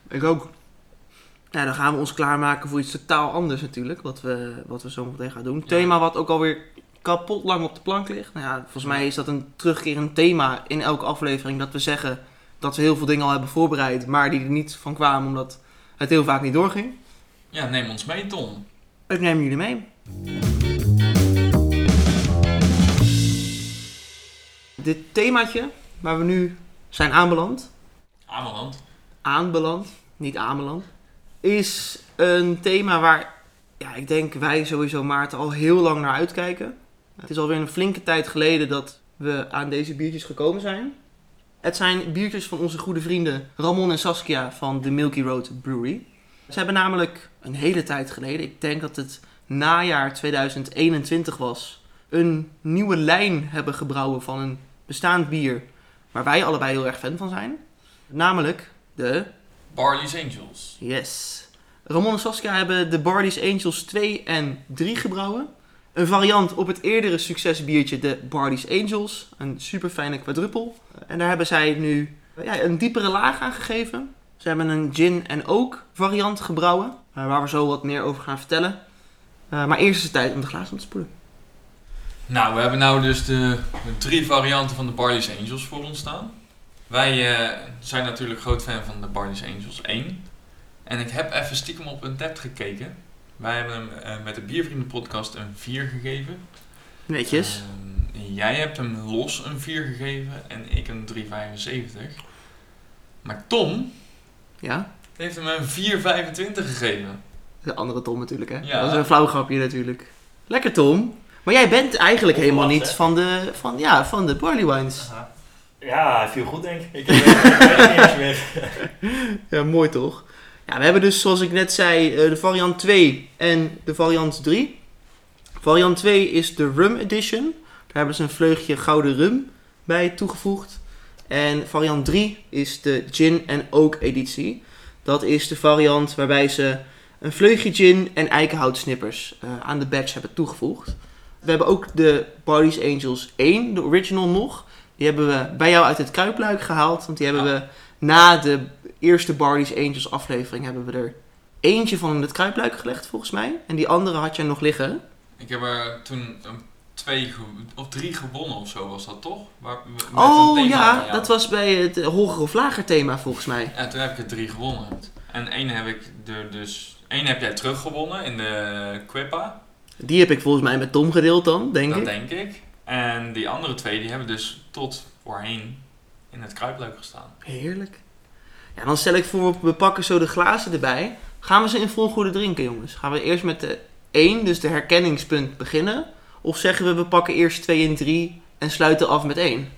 Speaker 2: Ik ook. Nou, dan gaan we ons klaarmaken voor iets totaal anders natuurlijk. Wat we, wat we zo meteen gaan doen.
Speaker 1: Ja.
Speaker 2: Thema wat ook alweer kapot lang op de plank ligt. Nou ja, volgens mij is dat een terugkerend thema in elke aflevering. Dat we zeggen dat we heel veel dingen al hebben voorbereid. Maar die er niet van kwamen omdat het heel vaak niet doorging.
Speaker 1: Ja, neem ons mee, Tom.
Speaker 2: Ik neem jullie mee. Dit themaatje waar we nu zijn aanbeland
Speaker 1: Ameland.
Speaker 2: aanbeland, niet aanbeland, is een thema waar ja, ik denk wij sowieso Maarten al heel lang naar uitkijken. Het is alweer een flinke tijd geleden dat we aan deze biertjes gekomen zijn. Het zijn biertjes van onze goede vrienden Ramon en Saskia van de Milky Road Brewery. Ze hebben namelijk een hele tijd geleden, ik denk dat het najaar 2021 was, een nieuwe lijn hebben gebrouwen van een bestaand bier waar wij allebei heel erg fan van zijn. Namelijk de
Speaker 1: Barley's Angels.
Speaker 2: Yes. Ramon en Saskia hebben de Barley's Angels 2 en 3 gebrouwen. Een variant op het eerdere succesbiertje, de Barley's Angels. Een super fijne quadruppel. En daar hebben zij nu ja, een diepere laag aan gegeven. Ze hebben een gin en oak variant gebrouwen. eh, Waar we zo wat meer over gaan vertellen. Eh, maar eerst is het tijd om de glazen te spoelen.
Speaker 1: Nou, we hebben nou dus de, de drie varianten van de Barley's Angels voor ons staan. Wij eh, zijn natuurlijk groot fan van de Barley's Angels 1. En ik heb even stiekem op een tab gekeken. Wij hebben hem eh, met de Biervrienden podcast een 4 gegeven.
Speaker 2: Netjes.
Speaker 1: Ehm, jij hebt hem los een 4 gegeven en ik een 3,75. Maar Tom
Speaker 2: Ja.
Speaker 1: heeft hem een 4,25 gegeven.
Speaker 2: De andere Tom natuurlijk, hè?
Speaker 1: Ja.
Speaker 2: Dat is een flauw grapje natuurlijk. Lekker Tom. Maar jij bent eigenlijk helemaal
Speaker 3: Onverwacht,
Speaker 2: niet
Speaker 3: hè?
Speaker 2: van de, van, ja, van de Barley Wines.
Speaker 3: Ja, hij viel goed denk ik. eh, Ik weet ik weet niet meer.
Speaker 2: Ja, mooi toch? Ja, we hebben dus, zoals ik net zei, eh, de variant 2 en de variant 3. Variant 2 is de Rum Edition. Daar hebben ze een vleugje gouden rum bij toegevoegd. En variant 3 is de Gin en Oak editie. Dat is de variant waarbij ze een vleugje gin en eikenhoutsnippers eh, aan de batch hebben toegevoegd. We hebben ook de Barley's Angels 1, de original nog. Die hebben we bij jou uit het kuipluik gehaald. Want die hebben
Speaker 1: Ja.
Speaker 2: we na de eerste Barley's Angels aflevering hebben we er eentje van in het kruipluik gelegd, volgens mij. En die andere had jij nog liggen.
Speaker 1: Ik heb er toen een, twee ge- of drie gewonnen of zo was dat toch? Waar- met een
Speaker 2: oh
Speaker 1: thema
Speaker 2: ja,
Speaker 1: aan jou.
Speaker 2: dat was bij het eh, hoger of lager thema, volgens mij.
Speaker 1: Ja, toen heb ik er drie gewonnen. En één heb ik er dus... Eén heb jij teruggewonnen in de Quippa.
Speaker 2: Die heb ik volgens mij met Tom gedeeld dan, denk
Speaker 1: dat
Speaker 2: ik.
Speaker 1: denk ik. En die andere twee die hebben dus tot voorheen in het kruipleuk gestaan.
Speaker 2: Heerlijk. Ja, dan stel ik voor, we pakken zo de glazen erbij. Gaan we ze in volgorde drinken, jongens? Gaan we eerst met de 1, dus de herkenningspunt, beginnen? Of zeggen we, we pakken eerst 2 en 3 en sluiten af met 1?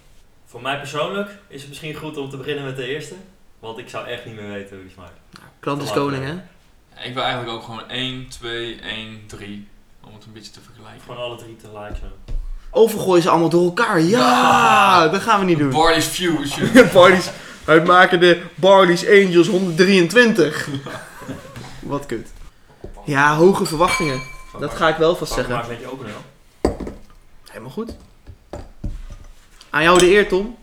Speaker 3: Voor mij persoonlijk is het misschien goed om te beginnen met de eerste. Want ik zou echt niet meer weten hoe die smaakt.
Speaker 2: Klant is
Speaker 3: Te laat,
Speaker 2: koning,
Speaker 3: ja.
Speaker 2: hè?
Speaker 1: Ja, ik wil eigenlijk ook gewoon 1, 2, 1, 3. Om het een beetje te vergelijken.
Speaker 3: Gewoon alle drie tegelijk zo.
Speaker 2: Of we gooien ze allemaal door elkaar. Ja, <laughs>
Speaker 1: Ja.
Speaker 2: dat gaan we niet doen.
Speaker 1: Barley's View is je-
Speaker 2: <laughs> Barley's, uitmaken de Barley's Angels 123. Wat kut. Ja, hoge verwachtingen. Dat ga ik wel vast
Speaker 3: Pak
Speaker 2: zeggen.
Speaker 3: maar een beetje open wel.
Speaker 2: Helemaal goed. Aan jou de eer, Tom.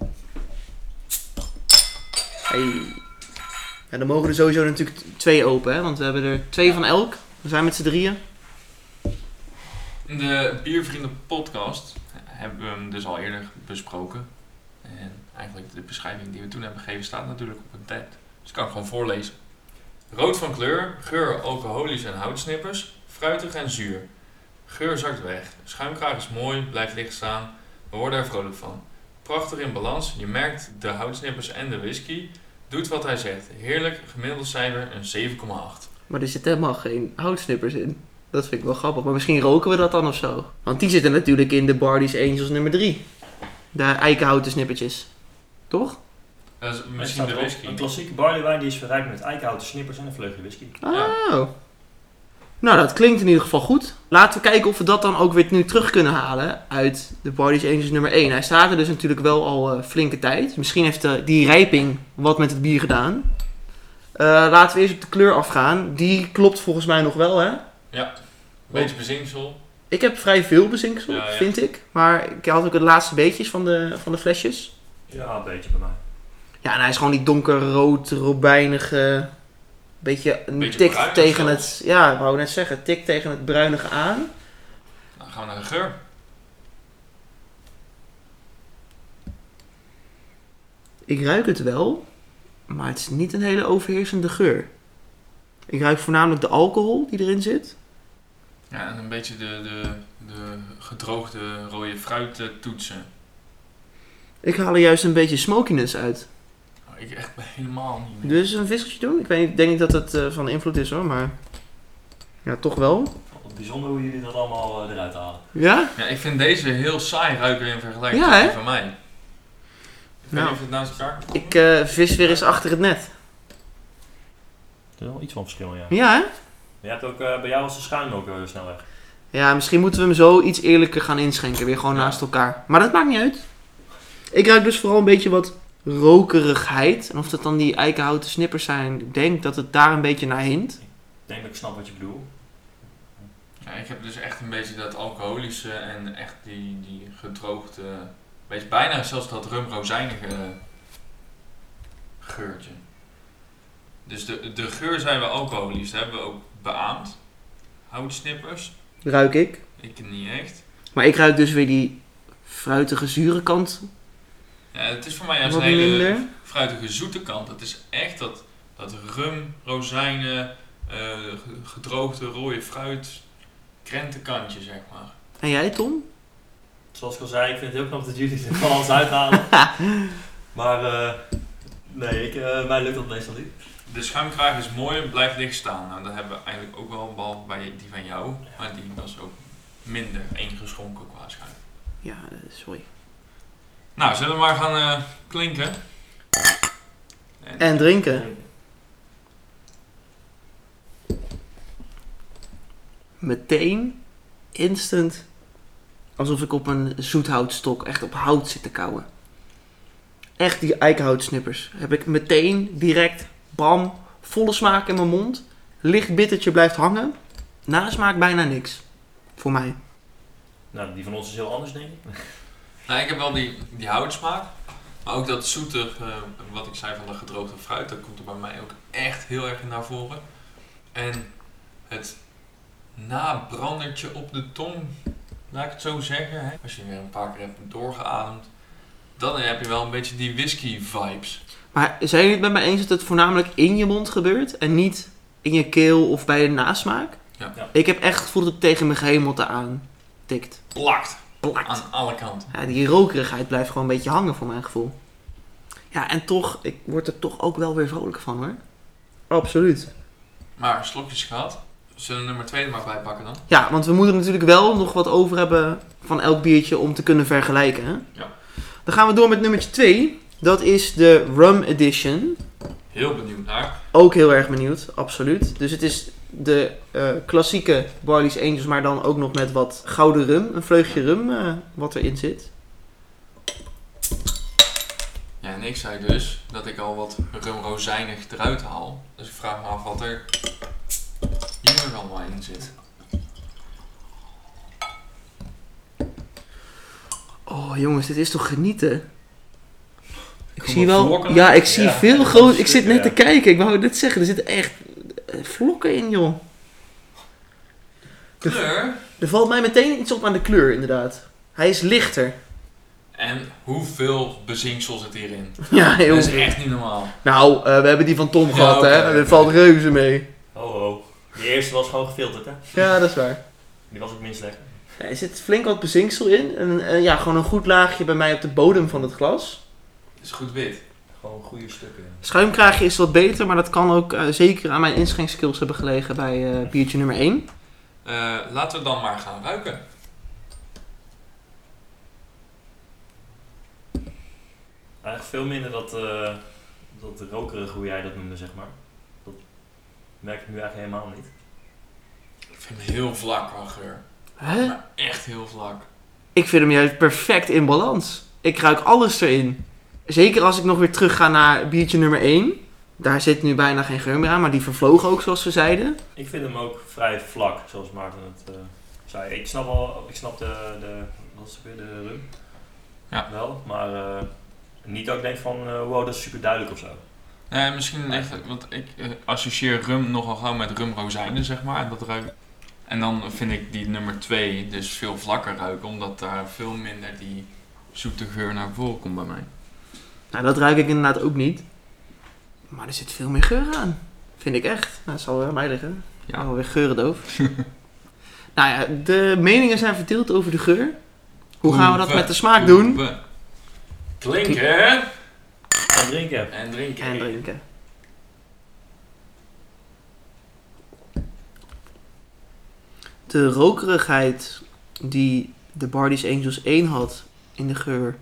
Speaker 2: Hey. Ja, dan mogen er sowieso natuurlijk t- twee open, hè? want we hebben er twee van elk. We zijn met z'n drieën.
Speaker 1: In de Biervrienden podcast hebben we hem dus al eerder besproken. En eigenlijk de beschrijving die we toen hebben gegeven staat natuurlijk op een tab. Dus ik kan het gewoon voorlezen. Rood van kleur, geur alcoholisch en houtsnippers, fruitig en zuur. Geur zakt weg, schuimkraag is mooi, blijft licht staan, we worden er vrolijk van. Prachtig in balans, je merkt de houtsnippers en de whisky. Doet wat hij zegt, heerlijk, gemiddeld cijfer een 7,8.
Speaker 2: Maar er zitten helemaal geen houtsnippers in. Dat vind ik wel grappig. Maar misschien roken we dat dan of zo. Want die zitten natuurlijk in de Bardies Angels nummer 3. De eikenhouten snippertjes. Toch?
Speaker 1: Dat is
Speaker 3: Er
Speaker 1: misschien
Speaker 3: staat
Speaker 1: de
Speaker 3: erop,
Speaker 1: whisky.
Speaker 3: Een klassieke barleywijn die is verrijkt met eikenhouten snippers en een vleugje whisky.
Speaker 2: Oh.
Speaker 1: Ja.
Speaker 2: Nou, dat klinkt in ieder geval goed. Laten we kijken of we dat dan ook weer nu terug kunnen halen uit de Bardies Angels nummer 1. Hij staat er dus natuurlijk wel al eh, flinke tijd. Misschien heeft eh, die rijping wat met het bier gedaan. Eh, laten we eerst op de kleur afgaan. Die klopt volgens mij nog wel, hè?
Speaker 1: Beetje bezinksel.
Speaker 2: Ik heb vrij veel bezinksel,
Speaker 1: Ja, ja.
Speaker 2: vind ik. Maar ik had ook de laatste beetjes van de, van de flesjes.
Speaker 3: Ja, een beetje bij mij.
Speaker 2: Ja, en hij is gewoon die donkerrood, robijnige... Beetje, een
Speaker 1: Beetje
Speaker 2: tik
Speaker 1: bruinig
Speaker 2: tegen
Speaker 1: zelfs.
Speaker 2: het... Ja, wou ik net zeggen. Tik tegen het bruinige aan.
Speaker 1: Dan gaan we naar de geur.
Speaker 2: Ik ruik het wel, maar het is niet een hele overheersende geur. Ik ruik voornamelijk de alcohol die erin zit.
Speaker 1: Ja, en een beetje de, de, de gedroogde rode fruit eh, toetsen.
Speaker 2: Ik haal er juist een beetje smokiness uit.
Speaker 1: Nou, ik echt <laughs> helemaal niet meer.
Speaker 2: Dus een visseltje doen? Ik weet, niet- denk niet dat het eh, van invloed is hoor, maar... Ja, toch wel.
Speaker 3: Wat bijzonder hoe jullie dat allemaal eh, eruit halen.
Speaker 2: Ja?
Speaker 1: Ja, ik vind deze heel saai ruiken in vergelijking
Speaker 2: Ja,
Speaker 1: met
Speaker 2: hè?
Speaker 1: die van mij. Ik weet
Speaker 2: Nou.
Speaker 1: niet of het naast elkaar
Speaker 2: Ik eh, vis weer eens achter het net.
Speaker 3: Er is wel iets van verschil, ja. Maar
Speaker 2: Ja, hè?
Speaker 3: je hebt ook, eh, bij jou was de schuim ook eh, snel weg.
Speaker 2: Ja, misschien moeten we hem zo iets eerlijker gaan inschenken. Weer gewoon
Speaker 1: Ja.
Speaker 2: naast elkaar. Maar dat maakt niet uit. Ik ruik dus vooral een beetje wat rokerigheid. En of dat dan die eikenhouten snippers zijn, ik denk dat het daar een beetje naar hint.
Speaker 3: Ik denk dat ik snap wat je bedoelt.
Speaker 1: Ja, ik heb dus echt een beetje dat alcoholische en echt die, die gedroogde... Beetje bijna zelfs dat rumrozijnige geurtje. Dus de, de geur zijn we alcoholisch, dat hebben we ook beaamd. Houtsnippers,
Speaker 2: Ruik ik.
Speaker 1: ik niet echt.
Speaker 2: Maar ik ruik dus weer die fruitige, zure kant
Speaker 1: Ja, het is voor mij juist
Speaker 2: wat
Speaker 1: een hele
Speaker 2: minder.
Speaker 1: fruitige zoete kant. Het is echt dat, dat rum, rozijnen, eh, ge- gedroogde rode fruit, krentenkantje, zeg maar.
Speaker 2: En jij, Tom?
Speaker 3: Zoals ik al zei, ik vind het heel knap dat jullie er van alles <laughs> uithalen. maar eh, nee, ik, eh, mij lukt dat meestal niet.
Speaker 1: De schuimkraag is mooi en blijft dicht staan. Nou, dat hebben we eigenlijk ook wel, behalve bij die van jou. Maar die was ook minder ingeschonken qua schuim.
Speaker 2: Ja, eh, sorry.
Speaker 1: Nou, zullen we maar gaan eh, klinken?
Speaker 2: En drinken. Meteen, instant, alsof ik op een zoethoutstok echt op hout zit te kouwen. Echt die eikenhoutsnippers. Heb ik meteen, direct, bam, volle smaak in mijn mond. Licht bittertje blijft hangen. Nasmaak bijna niks. Voor mij.
Speaker 3: Nou, die van ons is heel anders, denk ik.
Speaker 1: Nou, ik heb wel die, die houtsmaak. Maar ook dat zoete, eh, wat ik zei van de gedroogde fruit, dat komt er bij mij ook echt heel erg in naar voren. En het nabrandertje op de tong, laat ik het zo zeggen. Hè. Als je weer een paar keer hebt doorgeademd, dan heb je wel een beetje die whisky-vibes.
Speaker 2: Maar zijn jullie het met mij eens dat het voornamelijk in je mond gebeurt en niet in je keel of bij de nasmaak?
Speaker 1: Ja.
Speaker 3: Ja.
Speaker 2: Ik heb echt het gevoel dat het tegen mijn gehemelte aan tikt.
Speaker 1: Plakt
Speaker 2: Plakt.
Speaker 1: aan alle kanten.
Speaker 2: Ja, die rokerigheid blijft gewoon een beetje hangen voor mijn gevoel. Ja, en toch, ik word er toch ook wel weer vrolijk van hoor. Absoluut.
Speaker 1: Maar slokjes gehad. Zullen we nummer 2 er maar bij pakken dan?
Speaker 2: Ja, want we moeten natuurlijk wel nog wat over hebben van elk biertje om te kunnen vergelijken. Hè?
Speaker 1: Ja.
Speaker 2: Dan gaan we door met nummertje 2. Dat is de Rum Edition.
Speaker 1: Heel benieuwd naar.
Speaker 2: Ook heel erg benieuwd, absoluut. Dus het is de eh, klassieke Barley's Angels, maar dan ook nog met wat gouden rum. Een vleugje rum eh, wat erin zit.
Speaker 1: Ja, en ik zei dus dat ik al wat rumrozijnig eruit haal. Dus ik vraag me af wat er hier allemaal in zit.
Speaker 2: Oh jongens, dit is toch genieten? Ik
Speaker 1: Kom
Speaker 2: zie
Speaker 1: wat
Speaker 2: wel...
Speaker 1: vlokken.
Speaker 2: Ja, ik zie
Speaker 3: <laughs> Ja,
Speaker 2: veel
Speaker 3: dat
Speaker 2: groot...
Speaker 3: is
Speaker 2: Ik zit
Speaker 3: goed,
Speaker 2: net
Speaker 3: ja.
Speaker 2: te kijken, ik wou net zeggen. Er zitten echt eh, vlokken in, joh. De-
Speaker 1: Kleur.
Speaker 2: Er valt mij meteen iets op aan de kleur, inderdaad. Hij is lichter.
Speaker 1: En hoeveel bezinksel zit hierin?
Speaker 2: <laughs> Ja, heel...
Speaker 1: Dat is echt niet normaal.
Speaker 2: Nou, eh, we hebben die van Tom
Speaker 1: Ja,
Speaker 2: gehad,
Speaker 1: oké,
Speaker 2: hè.
Speaker 1: oké.
Speaker 2: Er valt reuze mee.
Speaker 3: Ho ho. De eerste was gewoon gefilterd hè.
Speaker 2: Ja, dat is waar.
Speaker 3: Die was ook minst lekker.
Speaker 2: Ja, Er zit flink wat bezinksel in. En, eh, ja, gewoon een goed laagje bij mij op de bodem van het glas.
Speaker 1: Het is goed wit.
Speaker 3: Gewoon goede stukken.
Speaker 2: Schuimkraagje is wat beter, maar dat kan ook eh, zeker aan mijn inschenkskills hebben gelegen bij eh, biertje nummer 1.
Speaker 1: Eh, laten we dan maar gaan ruiken.
Speaker 3: Eigenlijk veel minder dat, eh dat rokerige hoe jij dat noemde zeg maar. Dat merk ik nu eigenlijk helemaal niet.
Speaker 1: Ik vind hem heel vlak qua geur.
Speaker 2: Hè?
Speaker 1: Maar echt heel vlak.
Speaker 2: Ik vind hem juist perfect in balans. Ik ruik alles erin. Zeker als ik nog weer terug ga naar biertje nummer 1. Daar zit nu bijna geen geur meer aan, maar die vervloog ook zoals we zeiden.
Speaker 3: Ik vind hem ook vrij vlak, zoals Maarten het eh, zei. Ik snap wel, ik snap de, de wat is het weer, de rum.
Speaker 1: Ja.
Speaker 3: Wel, maar eh, niet dat ik denk van, eh, wow, dat is super duidelijk of zo.
Speaker 1: Nee, Eh, misschien echt, want ik eh, associeer rum nogal gauw met rumrozijnen, zeg maar. En dat ruikt. En dan vind ik die nummer 2 dus veel vlakker ruiken, omdat daar veel minder die zoete geur naar voren komt bij mij.
Speaker 2: Nou, dat ruik ik inderdaad ook niet. Maar er zit veel meer geur aan. Vind ik echt. Nou, dat zal wel aan mij liggen. Ja,
Speaker 1: Ja,
Speaker 2: alweer <laughs> geurendoof. nou ja, de meningen zijn verdeeld over de geur. Hoe gaan we dat
Speaker 1: Proeven.
Speaker 2: met de smaak doen?
Speaker 1: Proeven. Klinken
Speaker 3: En drinken.
Speaker 1: en drinken.
Speaker 2: En drinken. De rokerigheid die de Bardies Angels 1 had in de geur,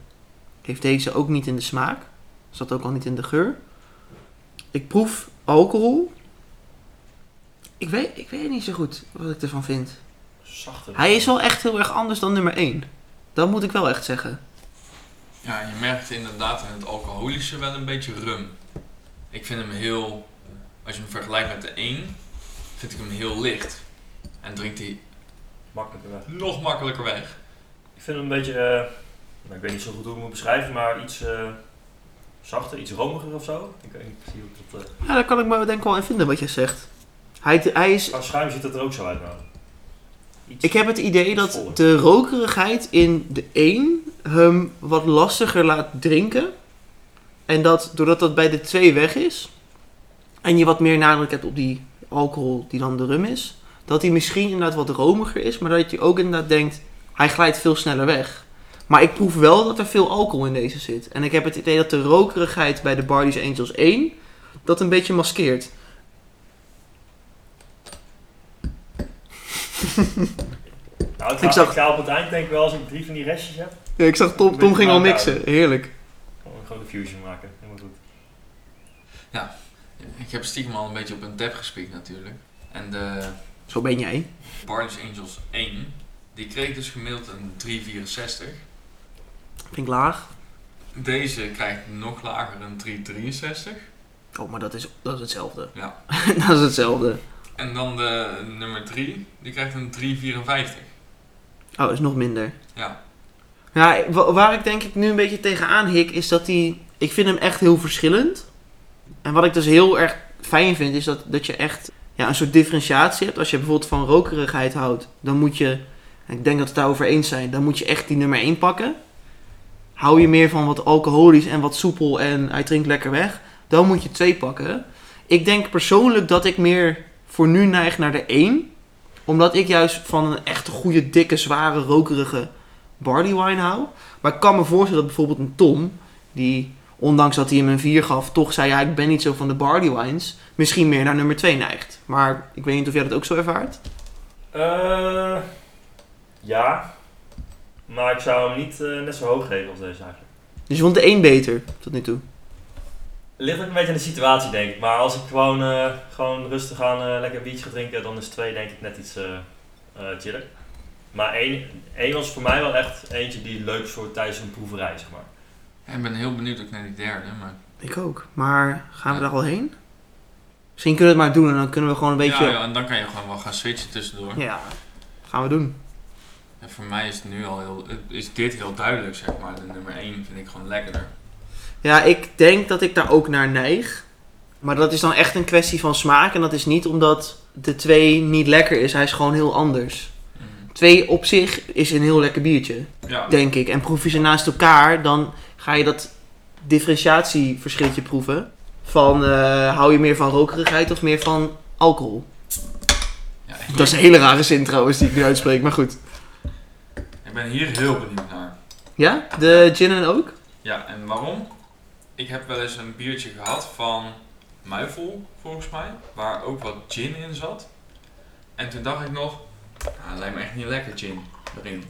Speaker 2: heeft deze ook niet in de smaak. Zat ook al niet in de geur. Ik proef alcohol. Ik weet, ik weet niet zo goed wat ik ervan vind.
Speaker 3: Zachter.
Speaker 2: Hij is wel echt heel erg anders dan nummer 1. Dat moet ik wel echt zeggen.
Speaker 1: Ja, je merkt inderdaad in het alcoholische wel een beetje rum. Ik vind hem heel, als je hem vergelijkt met de 1, vind ik hem heel licht. En drinkt hij
Speaker 3: Makkelijker weg.
Speaker 1: nog makkelijker weg.
Speaker 3: Ik vind hem een beetje, eh, nou, ik weet niet zo goed hoe ik het moet beschrijven, maar iets eh, zachter, iets romiger of zo. Ik weet niet precies hoe ik dat... eh,
Speaker 2: Ja, daar kan ik me denk ik wel in vinden wat jij zegt. Hij, hij is,
Speaker 3: qua schuim ziet dat er ook zo uit nou. Iets-
Speaker 2: ik heb het idee dat de rokerigheid in de 1 hem wat lastiger laat drinken. En dat doordat dat bij de 2 weg is. En je wat meer nadruk hebt op die alcohol die dan de rum is. Dat hij misschien inderdaad wat romiger is. Maar dat je ook inderdaad denkt, hij glijdt veel sneller weg. Maar ik proef wel dat er veel alcohol in deze zit. En ik heb het idee dat de rokerigheid bij de Barley's Angels 1 dat een beetje maskeert.
Speaker 3: Nou, ik,
Speaker 2: ik
Speaker 3: ga,
Speaker 2: zag-
Speaker 3: ik ga op het eind denk ik wel, als ik drie van die restjes heb,
Speaker 2: Ja, ik zag Tom, Tom ging al mixen. Heerlijk.
Speaker 3: gewoon een grote fusion maken. Helemaal goed.
Speaker 1: Ik heb stiekem al een beetje op een tap gespiekt natuurlijk. En de
Speaker 2: Zo ben jij.
Speaker 1: Barnes Angels 1, die kreeg dus gemiddeld een 364.
Speaker 2: Vind ik laag.
Speaker 1: Deze krijgt nog lager een 363.
Speaker 2: Oh, maar dat is, dat is hetzelfde.
Speaker 1: Ja.
Speaker 2: <laughs> dat is hetzelfde.
Speaker 1: En dan de nummer 3, die krijgt een 354.
Speaker 2: Oh, is nog minder.
Speaker 1: Ja.
Speaker 2: Ja, wa- waar ik denk ik nu een beetje tegenaan hik, is dat die... Ik vind hem echt heel verschillend. En wat ik dus heel erg fijn vind, is dat, dat je echt ja, een soort differentiatie hebt. Als je bijvoorbeeld van rokerigheid houdt, dan moet je... en Ik denk dat we het daarover eens zijn. Dan moet je echt die nummer 1 pakken. Hou je meer van wat alcoholisch en wat soepel en hij drinkt lekker weg. Dan moet je 2 pakken. Ik denk persoonlijk dat ik meer voor nu neig naar de 1. Omdat ik juist van een echt goede, dikke, zware, rokerige barley wine hou. Maar ik kan me voorstellen dat bijvoorbeeld een Tom, die ondanks dat hij hem een 4 gaf, toch zei ja, ik ben niet zo van de barley wines, misschien meer naar nummer 2 neigt. Maar ik weet niet of jij dat ook zo ervaart.
Speaker 3: Eh, ja. Maar ik zou hem niet eh, net zo hoog geven als deze eigenlijk.
Speaker 2: Dus je vond de 1 beter tot nu toe.
Speaker 3: Ligt ook een beetje aan de situatie, denk ik. Maar als ik gewoon, eh, gewoon rustig aan eh, lekker een biertje ga drinken, dan is twee denk ik net iets eh eh, chiller. Maar één, één was voor mij wel echt eentje die leuk is voor tijdens een proeverij, zeg maar.
Speaker 1: Ik ben heel benieuwd ook naar die derde, maar...
Speaker 2: Ik ook. Maar gaan we daar al heen? Misschien kunnen we het maar doen en dan kunnen we gewoon een beetje.
Speaker 1: Ja, ja, en dan kan je gewoon wel gaan switchen tussendoor.
Speaker 2: Ja, gaan we doen.
Speaker 1: En voor mij is het nu al heel... Is dit heel duidelijk, zeg maar. De nummer 1 vind ik gewoon lekkerder.
Speaker 2: Ja, ik denk dat ik daar ook naar neig. Maar dat is dan echt een kwestie van smaak. En dat is niet omdat de 2 niet lekker is. Hij is gewoon heel anders.
Speaker 1: Mhm.
Speaker 2: 2 op zich is een heel lekker biertje.
Speaker 1: Ja.
Speaker 2: denk ik. En proef je ze naast elkaar, dan ga je dat differentiatieverschiltje proeven. Van eh, hou je meer van rokerigheid of meer van alcohol?
Speaker 1: Ja, ik,
Speaker 2: Dat is een hele rare zin trouwens die ik nu uitspreek, maar goed.
Speaker 1: ik ben hier heel benieuwd naar.
Speaker 2: Ja, de gin en ook? <laughs>
Speaker 1: Ja, en waarom? Ik heb wel eens een biertje gehad van Muifel, volgens mij, waar ook wat gin in zat. En toen dacht ik nog, nou, dat lijkt me echt niet lekker gin erin. Het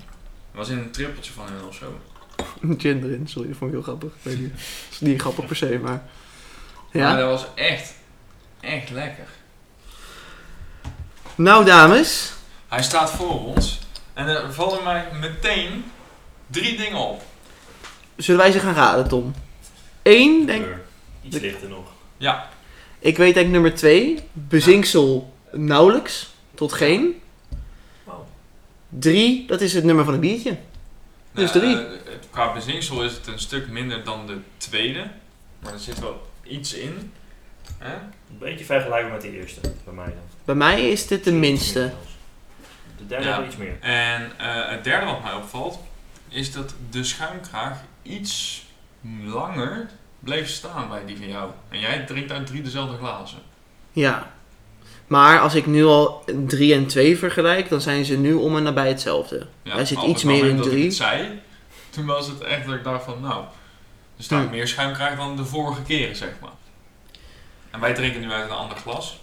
Speaker 1: was in een trippeltje van hun of zo.
Speaker 2: Gin erin, sorry, dat vond ik heel grappig. Ik weet niet. Dat is niet grappig per se, maar...
Speaker 1: Maar
Speaker 2: Ja.
Speaker 1: dat was echt, echt lekker.
Speaker 2: Nou dames,
Speaker 1: Hij staat voor ons en er vallen mij meteen drie dingen op.
Speaker 2: zullen wij ze gaan raden, Tom? Eén, denk
Speaker 3: Kleur. Iets
Speaker 2: de-
Speaker 3: lichter nog.
Speaker 2: ik. weet denk nummer twee. Bezinksel nauwelijks, tot geen.
Speaker 3: Wow.
Speaker 2: Drie, dat is het nummer van het biertje. Dus
Speaker 1: Nou,
Speaker 2: drie.
Speaker 1: eh, qua bezinksel is het een stuk minder dan de tweede, maar er zit wel iets in. Hè?
Speaker 3: Een beetje vergelijkbaar met die eerste, bij mij dan.
Speaker 2: Bij mij is dit de minste.
Speaker 3: De derde
Speaker 1: Ja.
Speaker 3: wel iets meer.
Speaker 1: En eh, het derde wat mij opvalt, is dat de schuimkraag iets langer bleef staan bij die van jou. En jij drinkt uit drie dezelfde glazen.
Speaker 2: Ja. Maar als ik nu al 3 en 2 vergelijk, dan zijn ze nu om en nabij hetzelfde.
Speaker 1: Ja,
Speaker 2: Hij zit
Speaker 1: maar op
Speaker 2: iets
Speaker 1: het
Speaker 2: meer
Speaker 1: moment
Speaker 2: in
Speaker 1: dat
Speaker 2: drie.
Speaker 1: Ik het zei, toen was het echt dat ik dacht van, nou, er staat
Speaker 2: Hm.
Speaker 1: meer schuimkraag dan de vorige keren, zeg maar. En wij drinken nu uit een ander glas.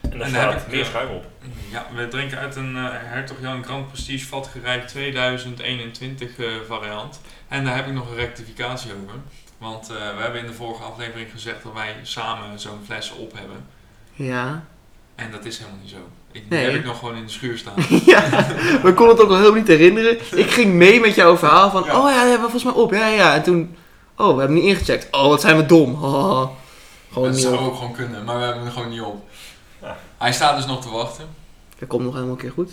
Speaker 3: En daar
Speaker 1: En daar heb
Speaker 3: staat
Speaker 1: ik-
Speaker 3: meer schuim op.
Speaker 1: Ja, we drinken uit een eh, Hertog Jan Grand Prestige Vatgerijp 2021 eh, variant. En daar heb ik nog een rectificatie over. Want eh, we hebben in de vorige aflevering gezegd dat wij samen zo'n fles op hebben.
Speaker 2: Ja. <laughs>
Speaker 1: En dat is helemaal niet zo. Ik, die
Speaker 2: Nee.
Speaker 1: heb ik nog gewoon in de schuur staan.
Speaker 2: ja. We konden het ook al helemaal niet herinneren. Ik ging mee met jouw verhaal van,
Speaker 1: Ja.
Speaker 2: oh ja, die hebben we volgens mij op. Ja, ja. En toen, oh, we hebben niet ingecheckt. Oh, wat zijn we dom. <laughs> Oh, <laughs> gewoon
Speaker 1: dat
Speaker 2: niet
Speaker 1: zou
Speaker 2: op.
Speaker 1: ook gewoon kunnen, maar we hebben hem gewoon niet op.
Speaker 3: Ja.
Speaker 1: Hij staat dus nog te wachten.
Speaker 2: Dat komt nog helemaal een keer goed.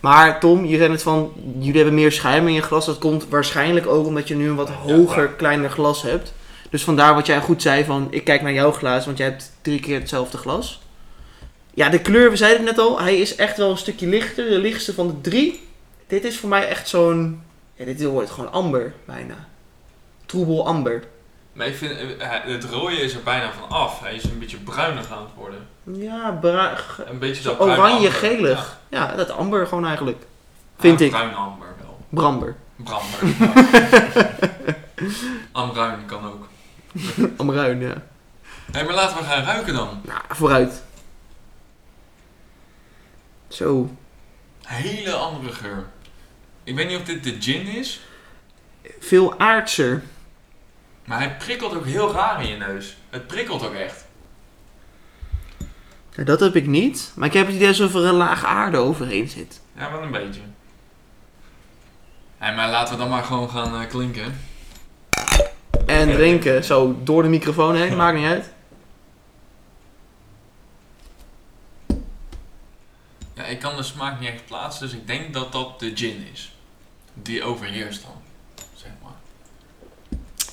Speaker 2: Maar Tom, je zei het van, jullie hebben meer schuim in je glas. Dat komt waarschijnlijk ook omdat je nu een wat
Speaker 3: Ja,
Speaker 2: hoger, kleiner glas hebt. Dus vandaar wat jij goed zei van, ik kijk naar jouw glaas, want jij hebt drie keer hetzelfde glas. Ja, de kleur, we zeiden het net al, hij is echt wel een stukje lichter, de lichtste van de drie. Dit is voor mij echt zo'n, ja, dit wordt gewoon amber, bijna. Troebel amber.
Speaker 1: Maar ik vind, eh, hij- het rode is er bijna van af. Hij is een beetje bruinig aan het worden.
Speaker 2: Ja, bra-
Speaker 1: Een beetje
Speaker 2: zo
Speaker 1: dat bruin amber.
Speaker 2: oranje-gelig. Ja. dat amber gewoon eigenlijk. Vind ik.
Speaker 1: Bruin amber wel.
Speaker 2: Bramber. <laughs>
Speaker 1: Bramber. Amruin kan ook.
Speaker 2: Amruin, ja.
Speaker 1: Hé, maar laten we gaan ruiken dan.
Speaker 2: Nou, vooruit. Zo.
Speaker 1: Hele andere geur. Ik weet niet of dit de gin is,
Speaker 2: Veel aardser.
Speaker 1: maar hij prikkelt ook heel raar in je neus. Het prikkelt ook echt.
Speaker 2: Ja, Nou, dat heb ik niet. Maar ik heb het idee alsof er een laag aarde overheen zit.
Speaker 1: Ja, wel een beetje. Hé, maar laten we dan maar gewoon gaan eh, klinken.
Speaker 2: En drinken. Zo, door de microfoon heen. Maakt niet uit.
Speaker 1: Ja, ik kan de smaak niet echt plaatsen, dus ik denk dat dat de gin is. Die overheerst dan. zeg maar.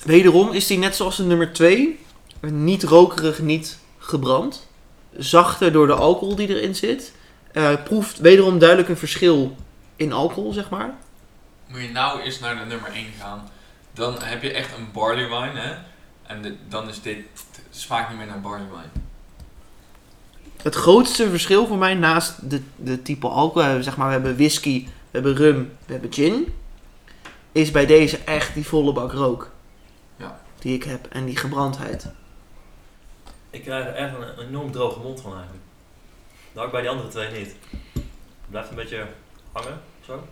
Speaker 2: Wederom is die net zoals de nummer 2, niet rokerig, niet gebrand. Zachter door de alcohol die erin zit. Eh, proeft wederom duidelijk een verschil in alcohol, zeg maar.
Speaker 1: Moet je nou eens naar de nummer 1 gaan. Dan heb je echt een barley wine, hè. En de- dan is dit... Het smaakt niet meer naar barley wine.
Speaker 2: Het grootste verschil voor mij naast de, de type alcohol, eh, zeg maar, we hebben whisky, we hebben rum, we hebben gin, is bij deze echt die volle bak rook.
Speaker 1: Ja.
Speaker 2: Die ik heb en die gebrandheid.
Speaker 3: Ik krijg er echt een enorm droge mond van eigenlijk. Dat had ik bij die andere twee niet. Het blijft een beetje hangen, zo.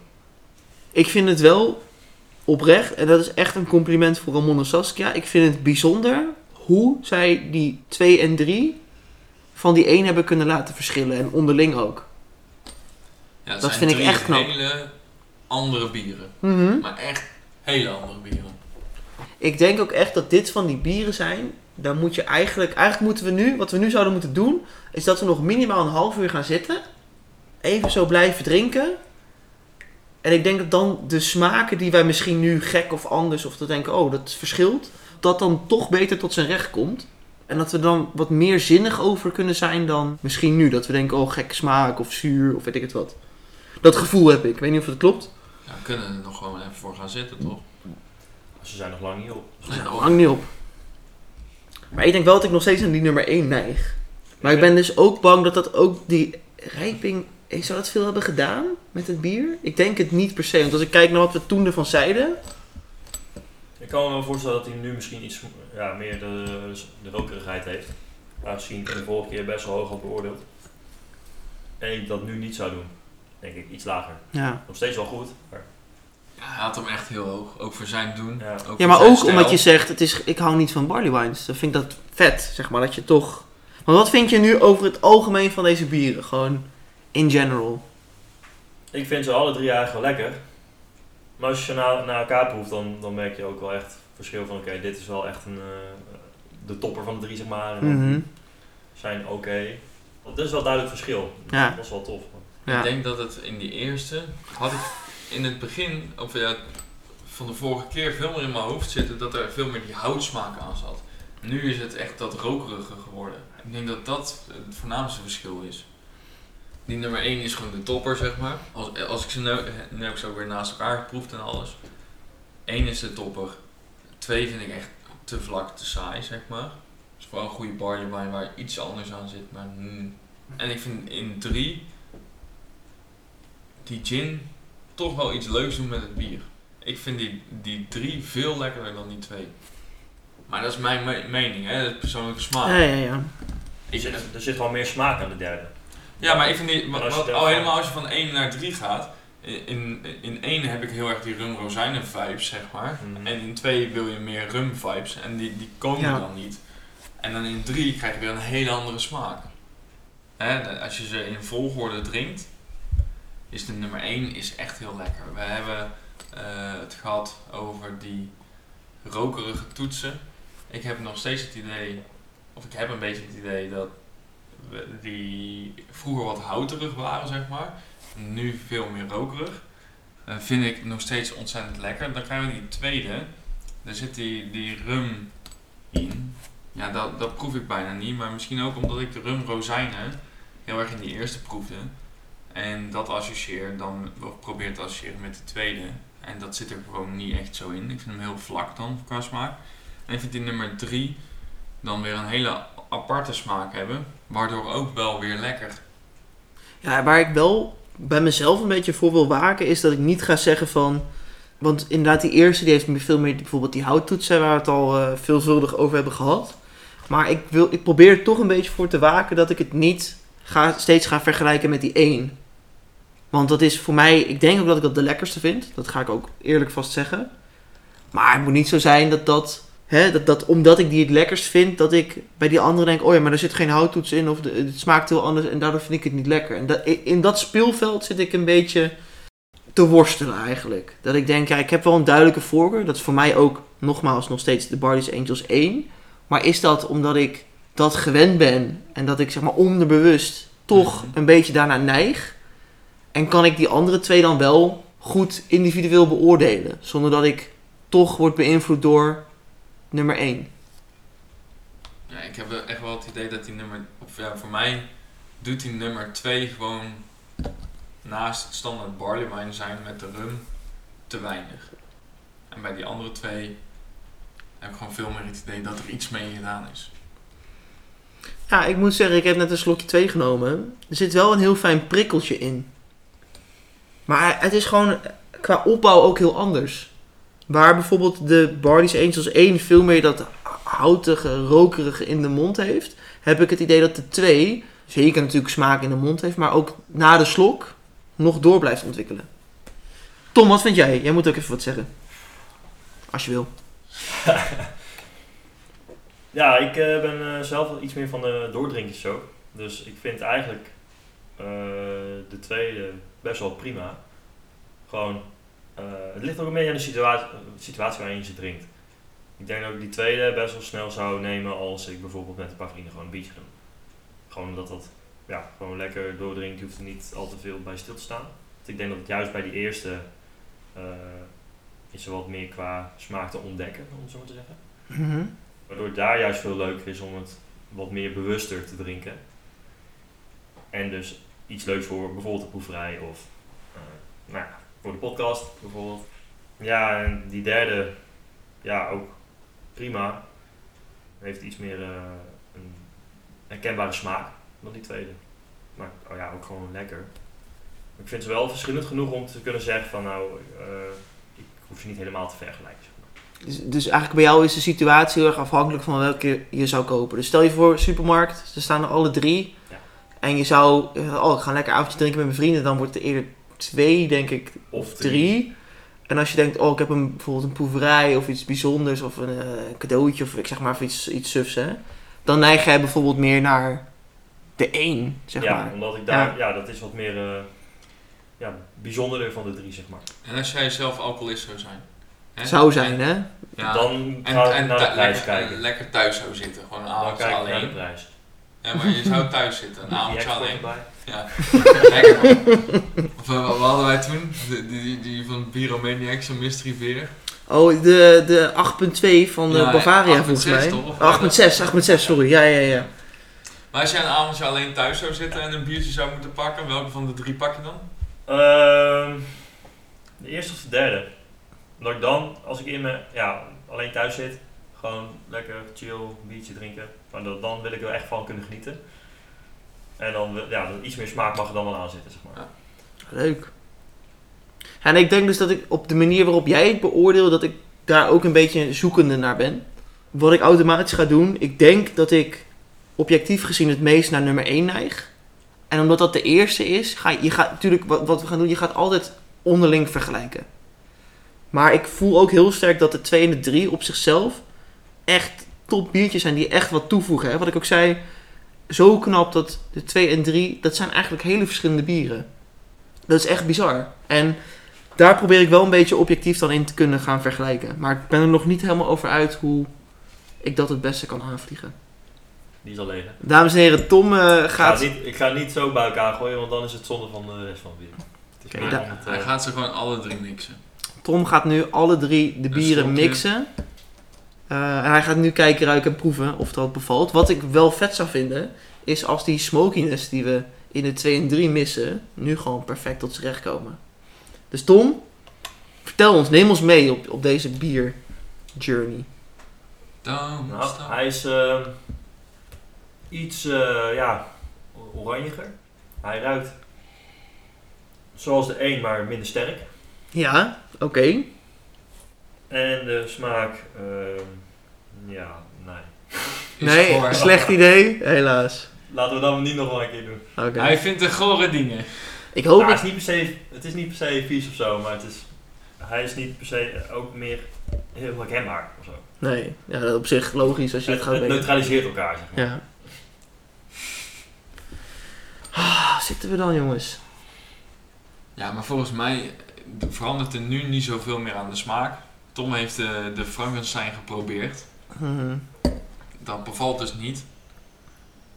Speaker 2: Ik vind het wel oprecht, en dat is echt een compliment voor Ramon en Saskia. Ik vind het bijzonder hoe zij die 2 en 3 van die 1 hebben kunnen laten verschillen. En onderling ook.
Speaker 1: Ja, het
Speaker 2: Dat
Speaker 1: zijn
Speaker 2: vind ik
Speaker 1: drie
Speaker 2: echt knap.
Speaker 1: hele andere bieren. Maar echt hele andere bieren.
Speaker 2: Ik denk ook echt dat dit van die bieren zijn. Dan moet je eigenlijk, eigenlijk moeten we nu, wat we nu zouden moeten doen, is dat we nog minimaal een half uur gaan zitten. Even zo blijven drinken. En ik denk dat dan de smaken die wij misschien nu gek of anders, of dat denken, oh dat verschilt, dat dan toch beter tot zijn recht komt. En dat we dan wat meer zinnig over kunnen zijn dan misschien nu. Dat we denken, oh gek smaak of zuur of weet ik het wat. Dat gevoel heb ik. Ik weet niet of het klopt.
Speaker 1: Ja, Nou, we kunnen er nog gewoon even voor gaan zitten, toch?
Speaker 3: Ze zijn nog lang niet op.
Speaker 2: Nou, hang niet op. Maar ik denk wel dat ik nog steeds aan die nummer 1 neig. Maar ik ben dus ook bang dat dat ook die rijping... eh, Zou dat veel hebben gedaan met het bier? Ik denk het niet per se. Want als ik kijk naar wat we toen ervan zeiden...
Speaker 3: Ik kan me wel voorstellen dat hij nu misschien iets ja, meer de, de rokerigheid heeft. Aangezien ik hem de vorige keer best wel hoog had beoordeeld. En ik dat nu niet zou doen. Denk ik, iets lager.
Speaker 2: Ja,
Speaker 3: Nog steeds wel goed. Maar,
Speaker 1: Ja, hij had hem echt heel hoog. Ook voor zijn doen.
Speaker 3: ja.
Speaker 1: Ook
Speaker 2: ja
Speaker 1: voor
Speaker 2: maar
Speaker 1: zijn
Speaker 2: ook
Speaker 1: stijl.
Speaker 2: omdat je zegt... Het is, ik hou niet van barley wines. Dan vind ik dat vet, zeg maar. Dat je toch... Want wat vind je nu over het algemeen van deze bieren? Gewoon in general.
Speaker 3: Ik vind ze alle drie eigenlijk wel lekker. Maar als je ze na, naar elkaar proeft, dan, dan merk je ook wel echt verschil van oké, dit is wel echt een, eh, de topper van de drie, zeg maar. En
Speaker 2: Mhm.
Speaker 3: Zijn oké. Dat is wel duidelijk verschil.
Speaker 2: Ja.
Speaker 3: Dat was wel tof.
Speaker 1: Ik
Speaker 2: Ja.
Speaker 1: denk dat het in die eerste had ik in het begin, of ja, van de vorige keer veel meer in mijn hoofd zitten dat er veel meer die houtsmaak aan zat. Nu is het echt dat rokerige geworden. Ik denk dat dat het voornaamste verschil is. Die nummer 1 is gewoon de topper, zeg maar. Als, als ik ze nu, nu heb ik ze ook weer naast elkaar geproefd en alles. 1 is de topper. 2 vind ik echt te vlak, te saai, zeg maar. Het is vooral een goede barley wine waar iets anders aan zit, maar mm. En ik vind in 3 die gin toch wel iets leuks doen met het bier. Ik vind die, die drie veel lekkerder dan die twee. Maar dat is mijn me- mening, hè? Dat is persoonlijke smaak.
Speaker 2: Ja, ja, ja.
Speaker 3: Er
Speaker 1: Ik,
Speaker 3: zit, er zit wel meer smaak aan de derde.
Speaker 1: ja, maar ik vind die,
Speaker 3: Maar
Speaker 1: wa-
Speaker 3: als je
Speaker 1: wat-
Speaker 3: daar-
Speaker 1: al helemaal als je van 1 naar 3 gaat. In, in 1 heb ik heel erg die rum rozijnen vibes, zeg maar.
Speaker 3: Mhm.
Speaker 1: En in 2 wil je meer rum vibes. En die, die komen
Speaker 2: Ja.
Speaker 1: dan niet. En dan in 3 krijg je weer een hele andere smaak. Hè? Als je ze in volgorde drinkt, is de nummer 1 is echt heel lekker. We hebben eh, het gehad over die rokerige toetsen. Ik heb nog steeds het idee, of ik heb een beetje het idee dat we- die vroeger wat houterig waren, zeg maar. Nu veel meer rokerig. Eh, vind ik nog steeds ontzettend lekker. Dan krijgen we die tweede. Daar zit die, die rum in. Ja, dat, dat proef ik bijna niet. Maar misschien ook omdat ik de rum rozijnen heel erg in die eerste proefde. En dat associeer dan, of probeer te associëren met de tweede. En dat zit er gewoon niet echt zo in. Ik vind hem heel vlak dan qua smaak. En ik vind die nummer drie dan weer een hele aparte smaak hebben. Waardoor ook wel weer lekker.
Speaker 2: Ja, waar ik wel bij mezelf een beetje voor wil waken, is dat ik niet ga zeggen van. Want inderdaad, die eerste die heeft me veel meer bijvoorbeeld die houttoetsen, waar we het al eh, veelvuldig over hebben gehad. Maar ik, wil, ik probeer er toch een beetje voor te waken dat ik het niet ga, steeds ga vergelijken met die één. Want dat is voor mij, ik denk ook dat ik dat de lekkerste vind. Dat ga ik ook eerlijk vast zeggen. Maar het moet niet zo zijn dat dat, hè, dat, dat omdat ik die het lekkerst vind, dat ik bij die andere denk, oh ja, maar daar zit geen houttoets in of de, het smaakt heel anders en daardoor vind ik het niet lekker. En dat, in dat speelveld zit ik een beetje te worstelen eigenlijk. Dat ik denk, ja, ik heb wel een duidelijke voorkeur. Dat is voor mij ook nogmaals nog steeds de Barley's Angels 1. Maar is dat omdat ik dat gewend ben en dat ik zeg maar onderbewust toch
Speaker 1: Mhm.
Speaker 2: een beetje daarna neig? En kan ik die andere twee dan wel goed individueel beoordelen? Zonder dat ik toch wordt beïnvloed door nummer 1.
Speaker 1: Ja, ik heb wel echt wel het idee dat die nummer... Of ja, voor mij doet die nummer 2 gewoon naast het standaard barley wine zijn met de rum te weinig. En bij die andere twee heb ik gewoon veel meer het idee dat er iets mee gedaan is.
Speaker 2: Ja, ik moet zeggen, ik heb net een slokje 2 genomen. Er zit wel een heel fijn prikkeltje in. Maar het is gewoon qua opbouw ook heel anders. Waar bijvoorbeeld de Barley's Angels 1 veel meer dat houtige, rokerige in de mond heeft, heb ik het idee dat de 2 zeker natuurlijk smaak in de mond heeft, maar ook na de slok nog door blijft ontwikkelen. Tom, wat vind jij? Jij moet ook even wat zeggen. Als je wil.
Speaker 3: Ja, ik eh, ben eh, zelf wel iets meer van de doordrinkjes zo. Dus ik vind eigenlijk eh, de tweede best wel prima. Gewoon, eh, het ligt ook een beetje aan de situa- situatie waarin je ze drinkt. Ik denk dat ik die tweede best wel snel zou nemen als ik bijvoorbeeld met een paar vrienden gewoon een biertje doe. Gewoon omdat dat ja, gewoon lekker doordrinkt, je hoeft er niet al te veel bij stil te staan. Want ik denk dat het juist bij die eerste eh, is er wat meer qua smaak te ontdekken, om het zo maar te zeggen. Waardoor het daar juist veel leuker is om het wat meer bewuster te drinken. En dus iets leuks voor bijvoorbeeld de proeverij of eh, nou ja, voor de podcast bijvoorbeeld. Ja, en die derde, ja, ook prima. Heeft iets meer eh, een herkenbare smaak dan die tweede. Maar oh ja, ook gewoon lekker. Maar Ik vind ze wel verschillend genoeg om te kunnen zeggen van nou, eh, ik hoef ze niet helemaal te vergelijken. zeg maar.
Speaker 2: Dus, dus eigenlijk bij jou is de situatie heel erg afhankelijk van welke je zou kopen. Dus stel je voor, supermarkt, ze staan er alle drie.
Speaker 3: Ja.
Speaker 2: En je zou, eh, oh ik ga een lekker avondje drinken met mijn vrienden, dan wordt het eerder twee, denk ik,
Speaker 3: Of
Speaker 2: drie. En als je denkt, oh ik heb een, bijvoorbeeld een proeverij of iets bijzonders of een eh, cadeautje of ik zeg maar even iets, iets sufs, hè. Dan neig jij bijvoorbeeld meer naar de één, zeg
Speaker 3: ja,
Speaker 2: maar.
Speaker 3: omdat ik daar, ja. dat is wat meer eh, ja, bijzonderder van de drie, zeg maar.
Speaker 1: En als jij zelf alcoholist zou zijn. hè?
Speaker 2: Zou
Speaker 1: En-
Speaker 2: zijn, hè.
Speaker 1: Ja.
Speaker 3: Dan
Speaker 1: en,
Speaker 3: ga ik
Speaker 1: en
Speaker 3: naar de
Speaker 1: thu-
Speaker 3: prijs
Speaker 1: lekker,
Speaker 3: kijken.
Speaker 1: en lekker thuis zou zitten. Gewoon een
Speaker 3: dan
Speaker 1: avondje
Speaker 3: kijk ik naar de
Speaker 1: alleen.
Speaker 3: prijs.
Speaker 1: Ja, maar je zou thuis zitten. Een
Speaker 3: Die
Speaker 1: avondje
Speaker 3: export
Speaker 1: alleen.
Speaker 3: erbij.
Speaker 1: Ja, lekker man. Of, eh, wat hadden wij toen? De- Die, die van Bieromaniacs, een mystery beer.
Speaker 2: Oh, de, de 8.2 van eh,
Speaker 1: Ja,
Speaker 2: Bavaria
Speaker 1: 8.6
Speaker 2: volgens mij.
Speaker 1: toch? Of-
Speaker 2: 8.6, 8.6, sorry. Ja, ja, ja.
Speaker 1: Maar als jij een avondje alleen thuis zou zitten en een biertje zou moeten pakken, welke van de drie pak je dan?
Speaker 3: Ehm, de eerste of de derde. Omdat ik dan, als ik in mijn, ja, alleen thuis zit, gewoon lekker chill, een biertje drinken. Maar dat, dan wil ik er echt van kunnen genieten. En dan, wil- ja, dan iets meer smaak mag er dan wel aan zitten, zeg maar.
Speaker 2: Leuk. En ik denk dus dat ik op de manier waarop jij het beoordeelt, dat ik daar ook een beetje zoekende naar ben. Wat ik automatisch ga doen, ik denk dat ik objectief gezien het meest naar nummer 1 neig. En omdat dat de eerste is, ga je, je gaat natuurlijk, wat, wat we gaan doen, je gaat altijd onderling vergelijken. Maar ik voel ook heel sterk dat de 2 en de 3 op zichzelf echt top biertjes zijn die echt wat toevoegen. Hè? Wat ik ook zei, zo knap dat de 2 en 3, dat zijn eigenlijk hele verschillende bieren. Dat is echt bizar. En daar probeer ik wel een beetje objectief dan in te kunnen gaan vergelijken. Maar ik ben er nog niet helemaal over uit hoe ik dat het beste kan aanvliegen.
Speaker 3: Die is al leeg. hè?
Speaker 2: Dames en heren, Tom eh,
Speaker 3: Ik ga,
Speaker 2: gaat...
Speaker 3: het niet, ik ga het niet zo bij elkaar gooien, want dan is het zonde van de rest van het bier. Het is
Speaker 2: Oké,
Speaker 3: meer
Speaker 2: daar-
Speaker 3: om het, eh,
Speaker 1: Hij gaat ze gewoon alle drie mixen.
Speaker 2: Tom gaat nu alle drie de
Speaker 1: Een
Speaker 2: bieren
Speaker 1: slokje.
Speaker 2: mixen. Eh, en hij gaat nu kijken, ruiken en proeven of dat bevalt. Wat ik wel vet zou vinden, is als die smokiness die we in de 2 en 3 missen, nu gewoon perfect tot z'n recht komen. Dus Tom, vertel ons, neem ons mee op, op deze bier journey.
Speaker 1: Dan
Speaker 3: Nou,
Speaker 1: stop.
Speaker 3: hij is ehm, iets eh, ja, o- oranjiger. Hij ruikt zoals de een, maar minder sterk.
Speaker 2: Ja, oké.
Speaker 3: En de smaak, ehm, ja, nee.
Speaker 1: Is
Speaker 2: <laughs> Nee,
Speaker 1: goor.
Speaker 2: slecht idee, helaas.
Speaker 3: Laten we dat niet nog wel een keer doen.
Speaker 2: Oké.
Speaker 1: Hij vindt de gore dingen.
Speaker 2: Ik hoop
Speaker 3: Nou, het,
Speaker 2: het.
Speaker 3: is niet per se, het is niet per se vies of zo, maar het is, hij is niet per se eh, ook meer heel herkenbaar of zo.
Speaker 2: Nee, ja, dat is op zich logisch als je het,
Speaker 3: Het,
Speaker 2: gaat
Speaker 3: het
Speaker 2: weten.
Speaker 3: neutraliseert elkaar, zeg maar.
Speaker 2: Ja. Ah, zitten we dan, jongens?
Speaker 1: Ja, maar volgens mij eh, verandert er nu niet zoveel meer aan de smaak. Tom heeft de, de Frankenstein geprobeerd.
Speaker 2: Mhm.
Speaker 1: Dat bevalt dus niet.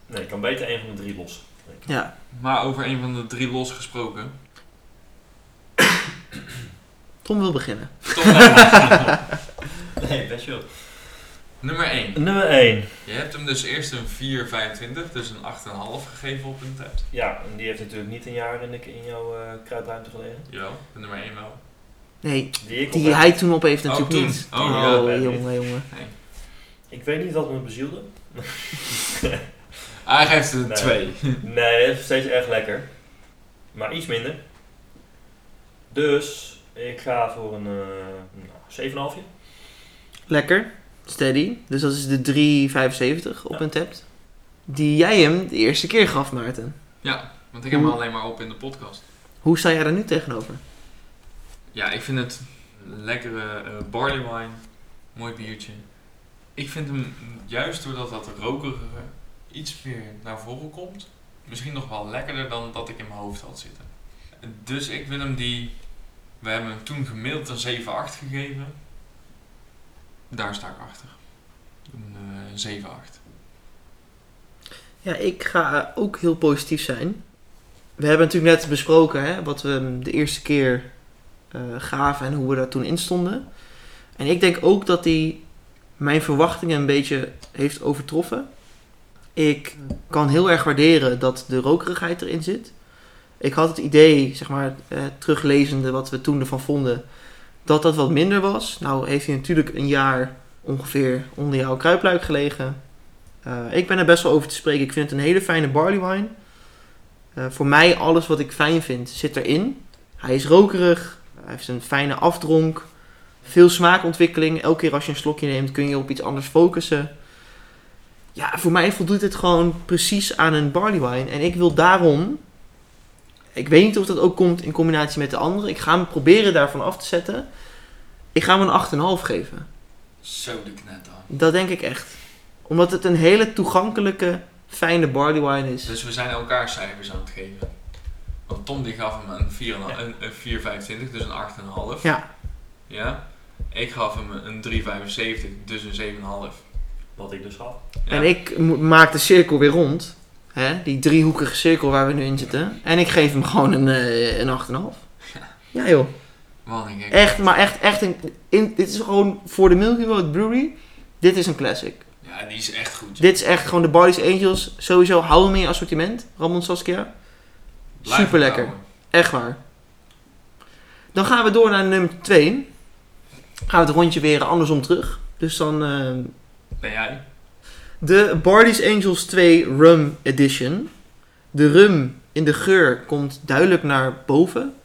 Speaker 3: Nee, ik kan beter één van de drie los.
Speaker 2: Ja.
Speaker 1: Maar over een van de drie los gesproken.
Speaker 2: Tom wil beginnen.
Speaker 3: <laughs>
Speaker 1: Tom,
Speaker 3: Nee, best wel.
Speaker 1: Nummer 1.
Speaker 3: Nummer 1.
Speaker 1: Je hebt hem dus eerst een 4,25, dus een 8,5 gegeven op een tijd.
Speaker 3: Ja, en die heeft natuurlijk niet een jaar in, de, in jouw eh, kruidruimte gelegen.
Speaker 1: Jawel, de nummer 1 wel.
Speaker 2: Nee,
Speaker 3: Die ik
Speaker 2: die
Speaker 3: op heb.
Speaker 2: hij toen op heeft
Speaker 1: Oh,
Speaker 2: natuurlijk
Speaker 1: toen.
Speaker 2: niet.
Speaker 1: Oh,
Speaker 3: ja, dat weet ik
Speaker 2: jongen, jongen.
Speaker 1: Nee.
Speaker 3: Ik weet niet wat me bezielde.
Speaker 1: Hij geeft het een 2.
Speaker 3: Nee. Nee, dat is steeds erg lekker. Maar iets minder. Dus ik ga voor een eh nou, 7,5.
Speaker 2: Lekker, steady. Dus dat is de 3,75 op
Speaker 3: Ja.
Speaker 2: een tapt. Die jij hem de eerste keer gaf, Maarten.
Speaker 1: Ja, want ik heb hem alleen maar op in de podcast.
Speaker 2: Hoe sta jij daar nu tegenover?
Speaker 1: Ja, ik vind het een lekkere eh, barley wine. Mooi biertje. Ik vind hem juist doordat dat rokerige iets meer naar voren komt. Misschien nog wel lekkerder dan dat ik in mijn hoofd had zitten. Dus ik wil hem die. We hebben hem toen gemiddeld een 7-8 gegeven. Daar sta ik achter. Een eh, 7-8.
Speaker 2: Ja, ik ga eh, ook heel positief zijn. We hebben natuurlijk net besproken hè, wat we hem de eerste keer eh, gaven en hoe we daar toen in stonden. En ik denk ook dat hij mijn verwachtingen een beetje heeft overtroffen. Ik kan heel erg waarderen dat de rokerigheid erin zit. Ik had het idee, zeg maar, eh, teruglezende wat we toen ervan vonden, dat dat wat minder was. Nou heeft hij natuurlijk een jaar ongeveer onder jouw kruipluik gelegen. Eh, ik ben er best wel over te spreken. Ik vind het een hele fijne barley wine. Eh, voor mij, alles wat ik fijn vind, zit erin. Hij is rokerig. Hij heeft een fijne afdronk. Veel smaakontwikkeling. Elke keer als je een slokje neemt, kun je op iets anders focussen. Ja, voor mij voldoet het gewoon precies aan een barley wine. En ik wil daarom... Ik weet niet of dat ook komt in combinatie met de andere. Ik ga hem proberen daarvan af te zetten. Ik ga hem een 8,5 geven.
Speaker 1: Zo de knet dan.
Speaker 2: Dat denk ik echt. Omdat het een hele toegankelijke, fijne barley wine is.
Speaker 1: Dus we zijn elkaar cijfers aan het geven. Want Tom die gaf hem een 4,5 een- een 4,25, dus een 8,5.
Speaker 2: Ja.
Speaker 1: Ja. Ik gaf hem een 3,75, dus een 7,5.
Speaker 3: Wat ik dus gaf.
Speaker 1: Ja.
Speaker 2: En ik mo- maak de cirkel weer rond. Hè? Die driehoekige cirkel waar we nu in zitten. En ik geef hem gewoon een, eh, een 8,5. Ja joh.
Speaker 1: Man, ik denk,
Speaker 2: Echt, maar echt, echt. Een, in- dit is gewoon voor de Milky Road Brewery. Dit is een classic.
Speaker 1: Ja, die is echt goed.
Speaker 2: Dit is echt gewoon de Barley's Angels. Sowieso hou hem in je assortiment. Ramon Saskia.
Speaker 1: Blijf het
Speaker 2: superlekker.
Speaker 1: houden.
Speaker 2: Echt waar. Dan gaan we door naar nummer 2. Gaan we het rondje weer andersom terug. Dus dan eh,
Speaker 1: Ben jij?
Speaker 2: De Barley's Angels 2 Rum Edition. De rum in de geur komt duidelijk naar boven.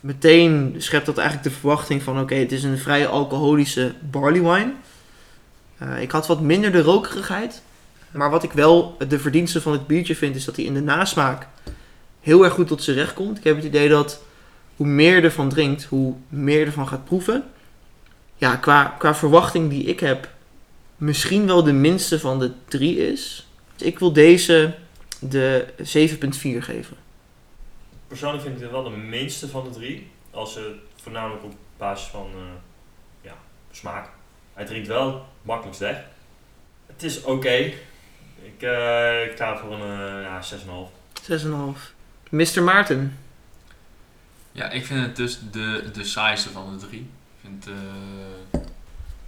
Speaker 2: Meteen schept dat eigenlijk de verwachting van: oké, het is een vrij alcoholische barley wine. Eh, ik had wat minder de rokerigheid. Maar wat ik wel de verdienste van het biertje vind, is dat hij in de nasmaak heel erg goed tot zijn recht komt. Ik heb het idee dat hoe meer je ervan drinkt, hoe meer je ervan gaat proeven. Ja, qua, qua verwachting die ik heb, misschien wel de minste van de drie is. Dus ik wil deze de 7,4 geven.
Speaker 3: Persoonlijk vind ik dit wel de minste van de drie. Als ze voornamelijk op basis van eh, ja, smaak. Hij drinkt wel makkelijk weg. Het is oké. Ik, eh, ik ga voor een eh, ja, 6,5.
Speaker 2: 6,5. Mr. Maarten.
Speaker 1: Ja, ik vind het dus de, de saaiste van de drie. Ik vind eh,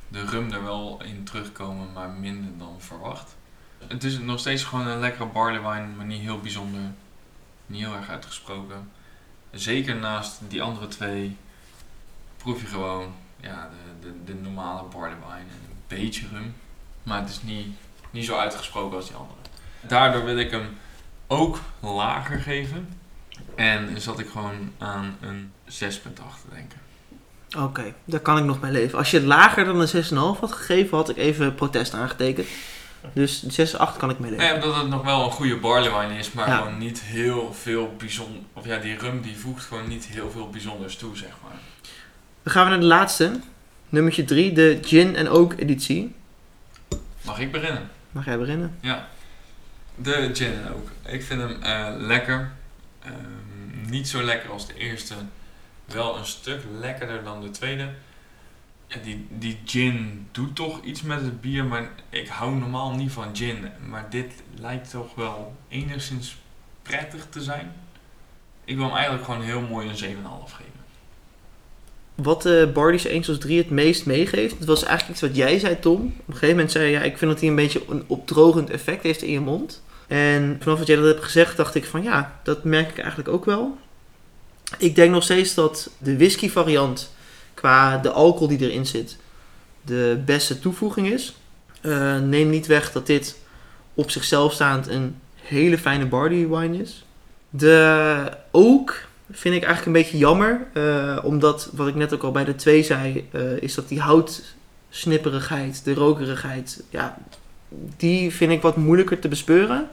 Speaker 1: de rum er wel in terugkomen, maar minder dan verwacht. Het is nog steeds gewoon een lekkere barley wine, maar niet heel bijzonder. Niet heel erg uitgesproken. Zeker naast die andere twee proef je gewoon ja, de, de, de normale barley wine en een beetje rum. Maar het is niet, niet zo uitgesproken als die andere. Daardoor wil ik hem ook lager geven. En zat ik gewoon aan een 6,8 te denken.
Speaker 2: Oké, daar kan ik nog bij leven. Als je het lager dan een 6,5 had gegeven, had ik even protest aangetekend. Dus 6,8 kan ik mee leven.
Speaker 1: Nee, Nou omdat het nog wel een goede barley wine is, maar
Speaker 2: Ja.
Speaker 1: gewoon niet heel veel bijzonder. Of ja, die rum die voegt gewoon niet heel veel bijzonders toe, zeg maar.
Speaker 2: Dan gaan we naar de laatste. Nummertje 3, de Gin en Oak editie.
Speaker 1: Mag ik beginnen?
Speaker 2: Mag jij beginnen?
Speaker 1: De gin en ook. Ik vind hem eh, lekker. Ehm, niet zo lekker als de eerste. Wel een stuk lekkerder dan de tweede. Ja, die, die gin doet toch iets met het bier, maar ik hou normaal niet van gin. Maar dit lijkt toch wel enigszins prettig te zijn. Ik wil hem eigenlijk gewoon heel mooi een 7,5 geven.
Speaker 2: wat eh Bardies 1 zoals 3 het meest meegeeft, dat was eigenlijk iets wat jij zei, Tom. Op een gegeven moment zei je, ja, ik vind dat hij een beetje een opdrogend effect heeft in je mond. En vanaf wat jij dat hebt gezegd, dacht ik van ja, dat merk ik eigenlijk ook wel. Ik denk nog steeds dat de whisky variant, qua de alcohol die erin zit, de beste toevoeging is. Eh, neem niet weg dat dit op zichzelf staand een hele fijne barley wine is. De ook vind ik eigenlijk een beetje jammer. eh, omdat, wat ik net ook al bij de twee zei, eh, is dat die houtsnipperigheid, de rokerigheid, ja, die vind ik wat moeilijker te bespeuren.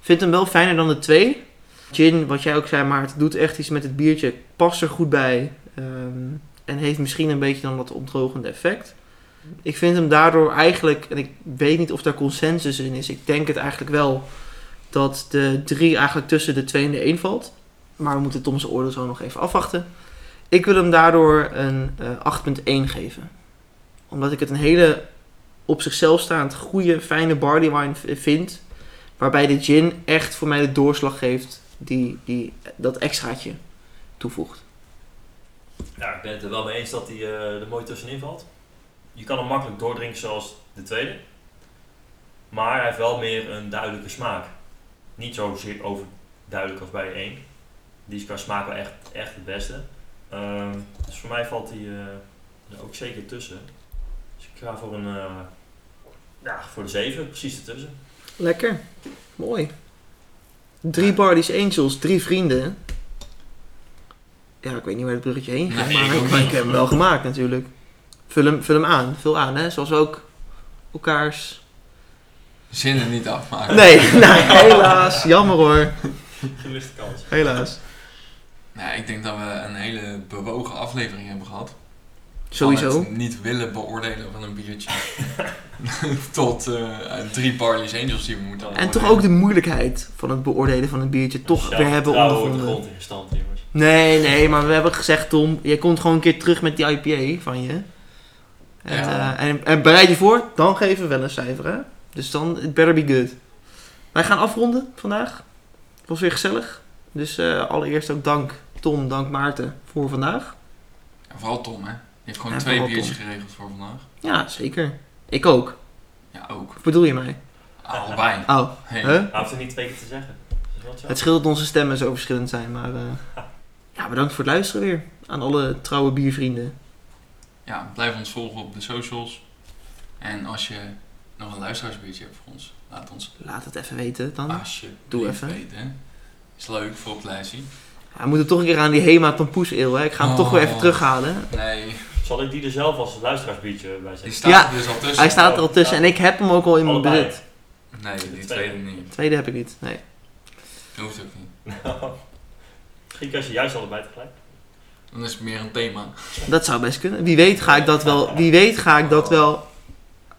Speaker 2: Vind hem wel fijner dan de twee. Gin, wat jij ook zei, maar het doet echt iets met het biertje, past er goed bij. ehm, en heeft misschien een beetje dan dat ontdrogende effect. Ik vind hem daardoor eigenlijk, en ik weet niet of daar consensus in is, ik denk het eigenlijk wel, dat de drie eigenlijk tussen de twee en de één valt. Maar we moeten Tom's oordeel zo nog even afwachten. Ik wil hem daardoor een eh, 8.1 geven. Omdat ik het een hele op zichzelf staand goede, fijne barley wine v- vind. Waarbij de gin echt voor mij de doorslag geeft die, die dat extraatje toevoegt.
Speaker 3: Ja, ik ben het er wel mee eens dat hij eh, er mooi tussenin valt. Je kan hem makkelijk doordrinken zoals de tweede. Maar hij heeft wel meer een duidelijke smaak. Niet zozeer overduidelijk als bij de 1. Die is qua smaak wel echt, echt het beste. Ehm, dus voor mij valt hij eh, er ook zeker tussen. Dus ik ga voor een... eh, ja, voor de 7. Precies ertussen.
Speaker 2: Lekker. Mooi. Drie Barley's Angels, drie vrienden. Ja, ik weet niet waar het bruggetje heen gaat,
Speaker 1: Nee,
Speaker 2: maar
Speaker 1: ik
Speaker 2: ik,
Speaker 1: ook
Speaker 2: ik
Speaker 1: niet.
Speaker 2: heb hem wel gemaakt natuurlijk. Vul hem, vul hem aan, vul aan hè, zoals we ook elkaars...
Speaker 1: Zinnen niet afmaken.
Speaker 2: Nee, <laughs> nee, helaas, jammer hoor,
Speaker 3: Gemiste kans.
Speaker 2: helaas.
Speaker 1: Nou, ik denk dat we een hele bewogen aflevering hebben gehad. Van
Speaker 2: Sowieso.
Speaker 1: het niet willen beoordelen van een
Speaker 2: <laughs>
Speaker 1: biertje. Tot eh, drie Barley's Angels die we moeten
Speaker 2: En toch ook
Speaker 1: beoordelen.
Speaker 2: de moeilijkheid van het beoordelen van een biertje toch weer hebben
Speaker 3: de
Speaker 2: ondervonden.
Speaker 3: grond in stand, jongens.
Speaker 2: Nee, nee, maar we hebben gezegd, Tom, jij komt gewoon een keer terug met die IPA van je. En,
Speaker 1: Ja.
Speaker 2: eh, en, en bereid je voor, dan geven we wel een cijfer, hè? Dus dan, it better be good. Wij gaan afronden vandaag. Het was weer gezellig. Dus eh, allereerst ook dank Tom, dank Maarten voor vandaag.
Speaker 1: En vooral Tom, hè. Die heeft gewoon
Speaker 2: Ja,
Speaker 1: twee
Speaker 2: vooral
Speaker 1: biertjes geregeld voor vandaag.
Speaker 2: Ja, zeker. Ik ook.
Speaker 1: Ja, ook.
Speaker 2: <laughs> Of bedoel je mij?
Speaker 1: Allebei.
Speaker 2: Oh,
Speaker 1: Hey.
Speaker 2: hè?
Speaker 3: Hij hoeft er niet twee keer te zeggen. Is dat zo?
Speaker 2: Het scheelt dat onze stemmen zo verschillend zijn, maar... eh, ja, bedankt voor het luisteren weer. Aan alle trouwe biervrienden.
Speaker 1: Ja, blijf ons volgen op de socials. En als je nog een luisteraarsbiertje hebt voor ons, laat ons
Speaker 2: Laat het even weten dan.
Speaker 1: asje
Speaker 2: Doe even.
Speaker 1: weten. hè. Is leuk voor op het lijstje.
Speaker 2: Ja, we moeten toch een keer aan die Hema Tampoes eeuw, hè. Ik ga hem toch weer even
Speaker 1: Oh.
Speaker 2: terughalen.
Speaker 1: Nee,
Speaker 3: Zal ik die er zelf als luisteraarsbiertje bij
Speaker 1: die
Speaker 3: zetten?
Speaker 1: staat
Speaker 2: Ja,
Speaker 1: er dus al tussen.
Speaker 2: Hij staat er al tussen en ik heb hem ook al in mijn
Speaker 3: Allebei.
Speaker 2: bezit.
Speaker 1: Nee, die tweede niet.
Speaker 2: Tweede heb ik niet, nee.
Speaker 1: Dat hoeft ook niet.
Speaker 3: Nou, <laughs> Misschien kan je juist allebei tegelijk.
Speaker 1: Dan is het meer een thema.
Speaker 2: Dat zou best kunnen. Wie weet ga ik dat wel, wie weet ga ik dat wel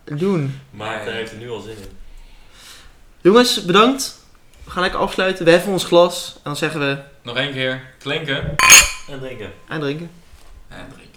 Speaker 2: doen.
Speaker 3: Maar
Speaker 1: Nee.
Speaker 3: hij heeft er nu al zin in.
Speaker 2: Jongens, bedankt. We gaan lekker afsluiten. We heffen ons glas en dan zeggen we
Speaker 1: Nog één keer. Klinken.
Speaker 3: En drinken.
Speaker 2: aan drinken.
Speaker 1: En drinken.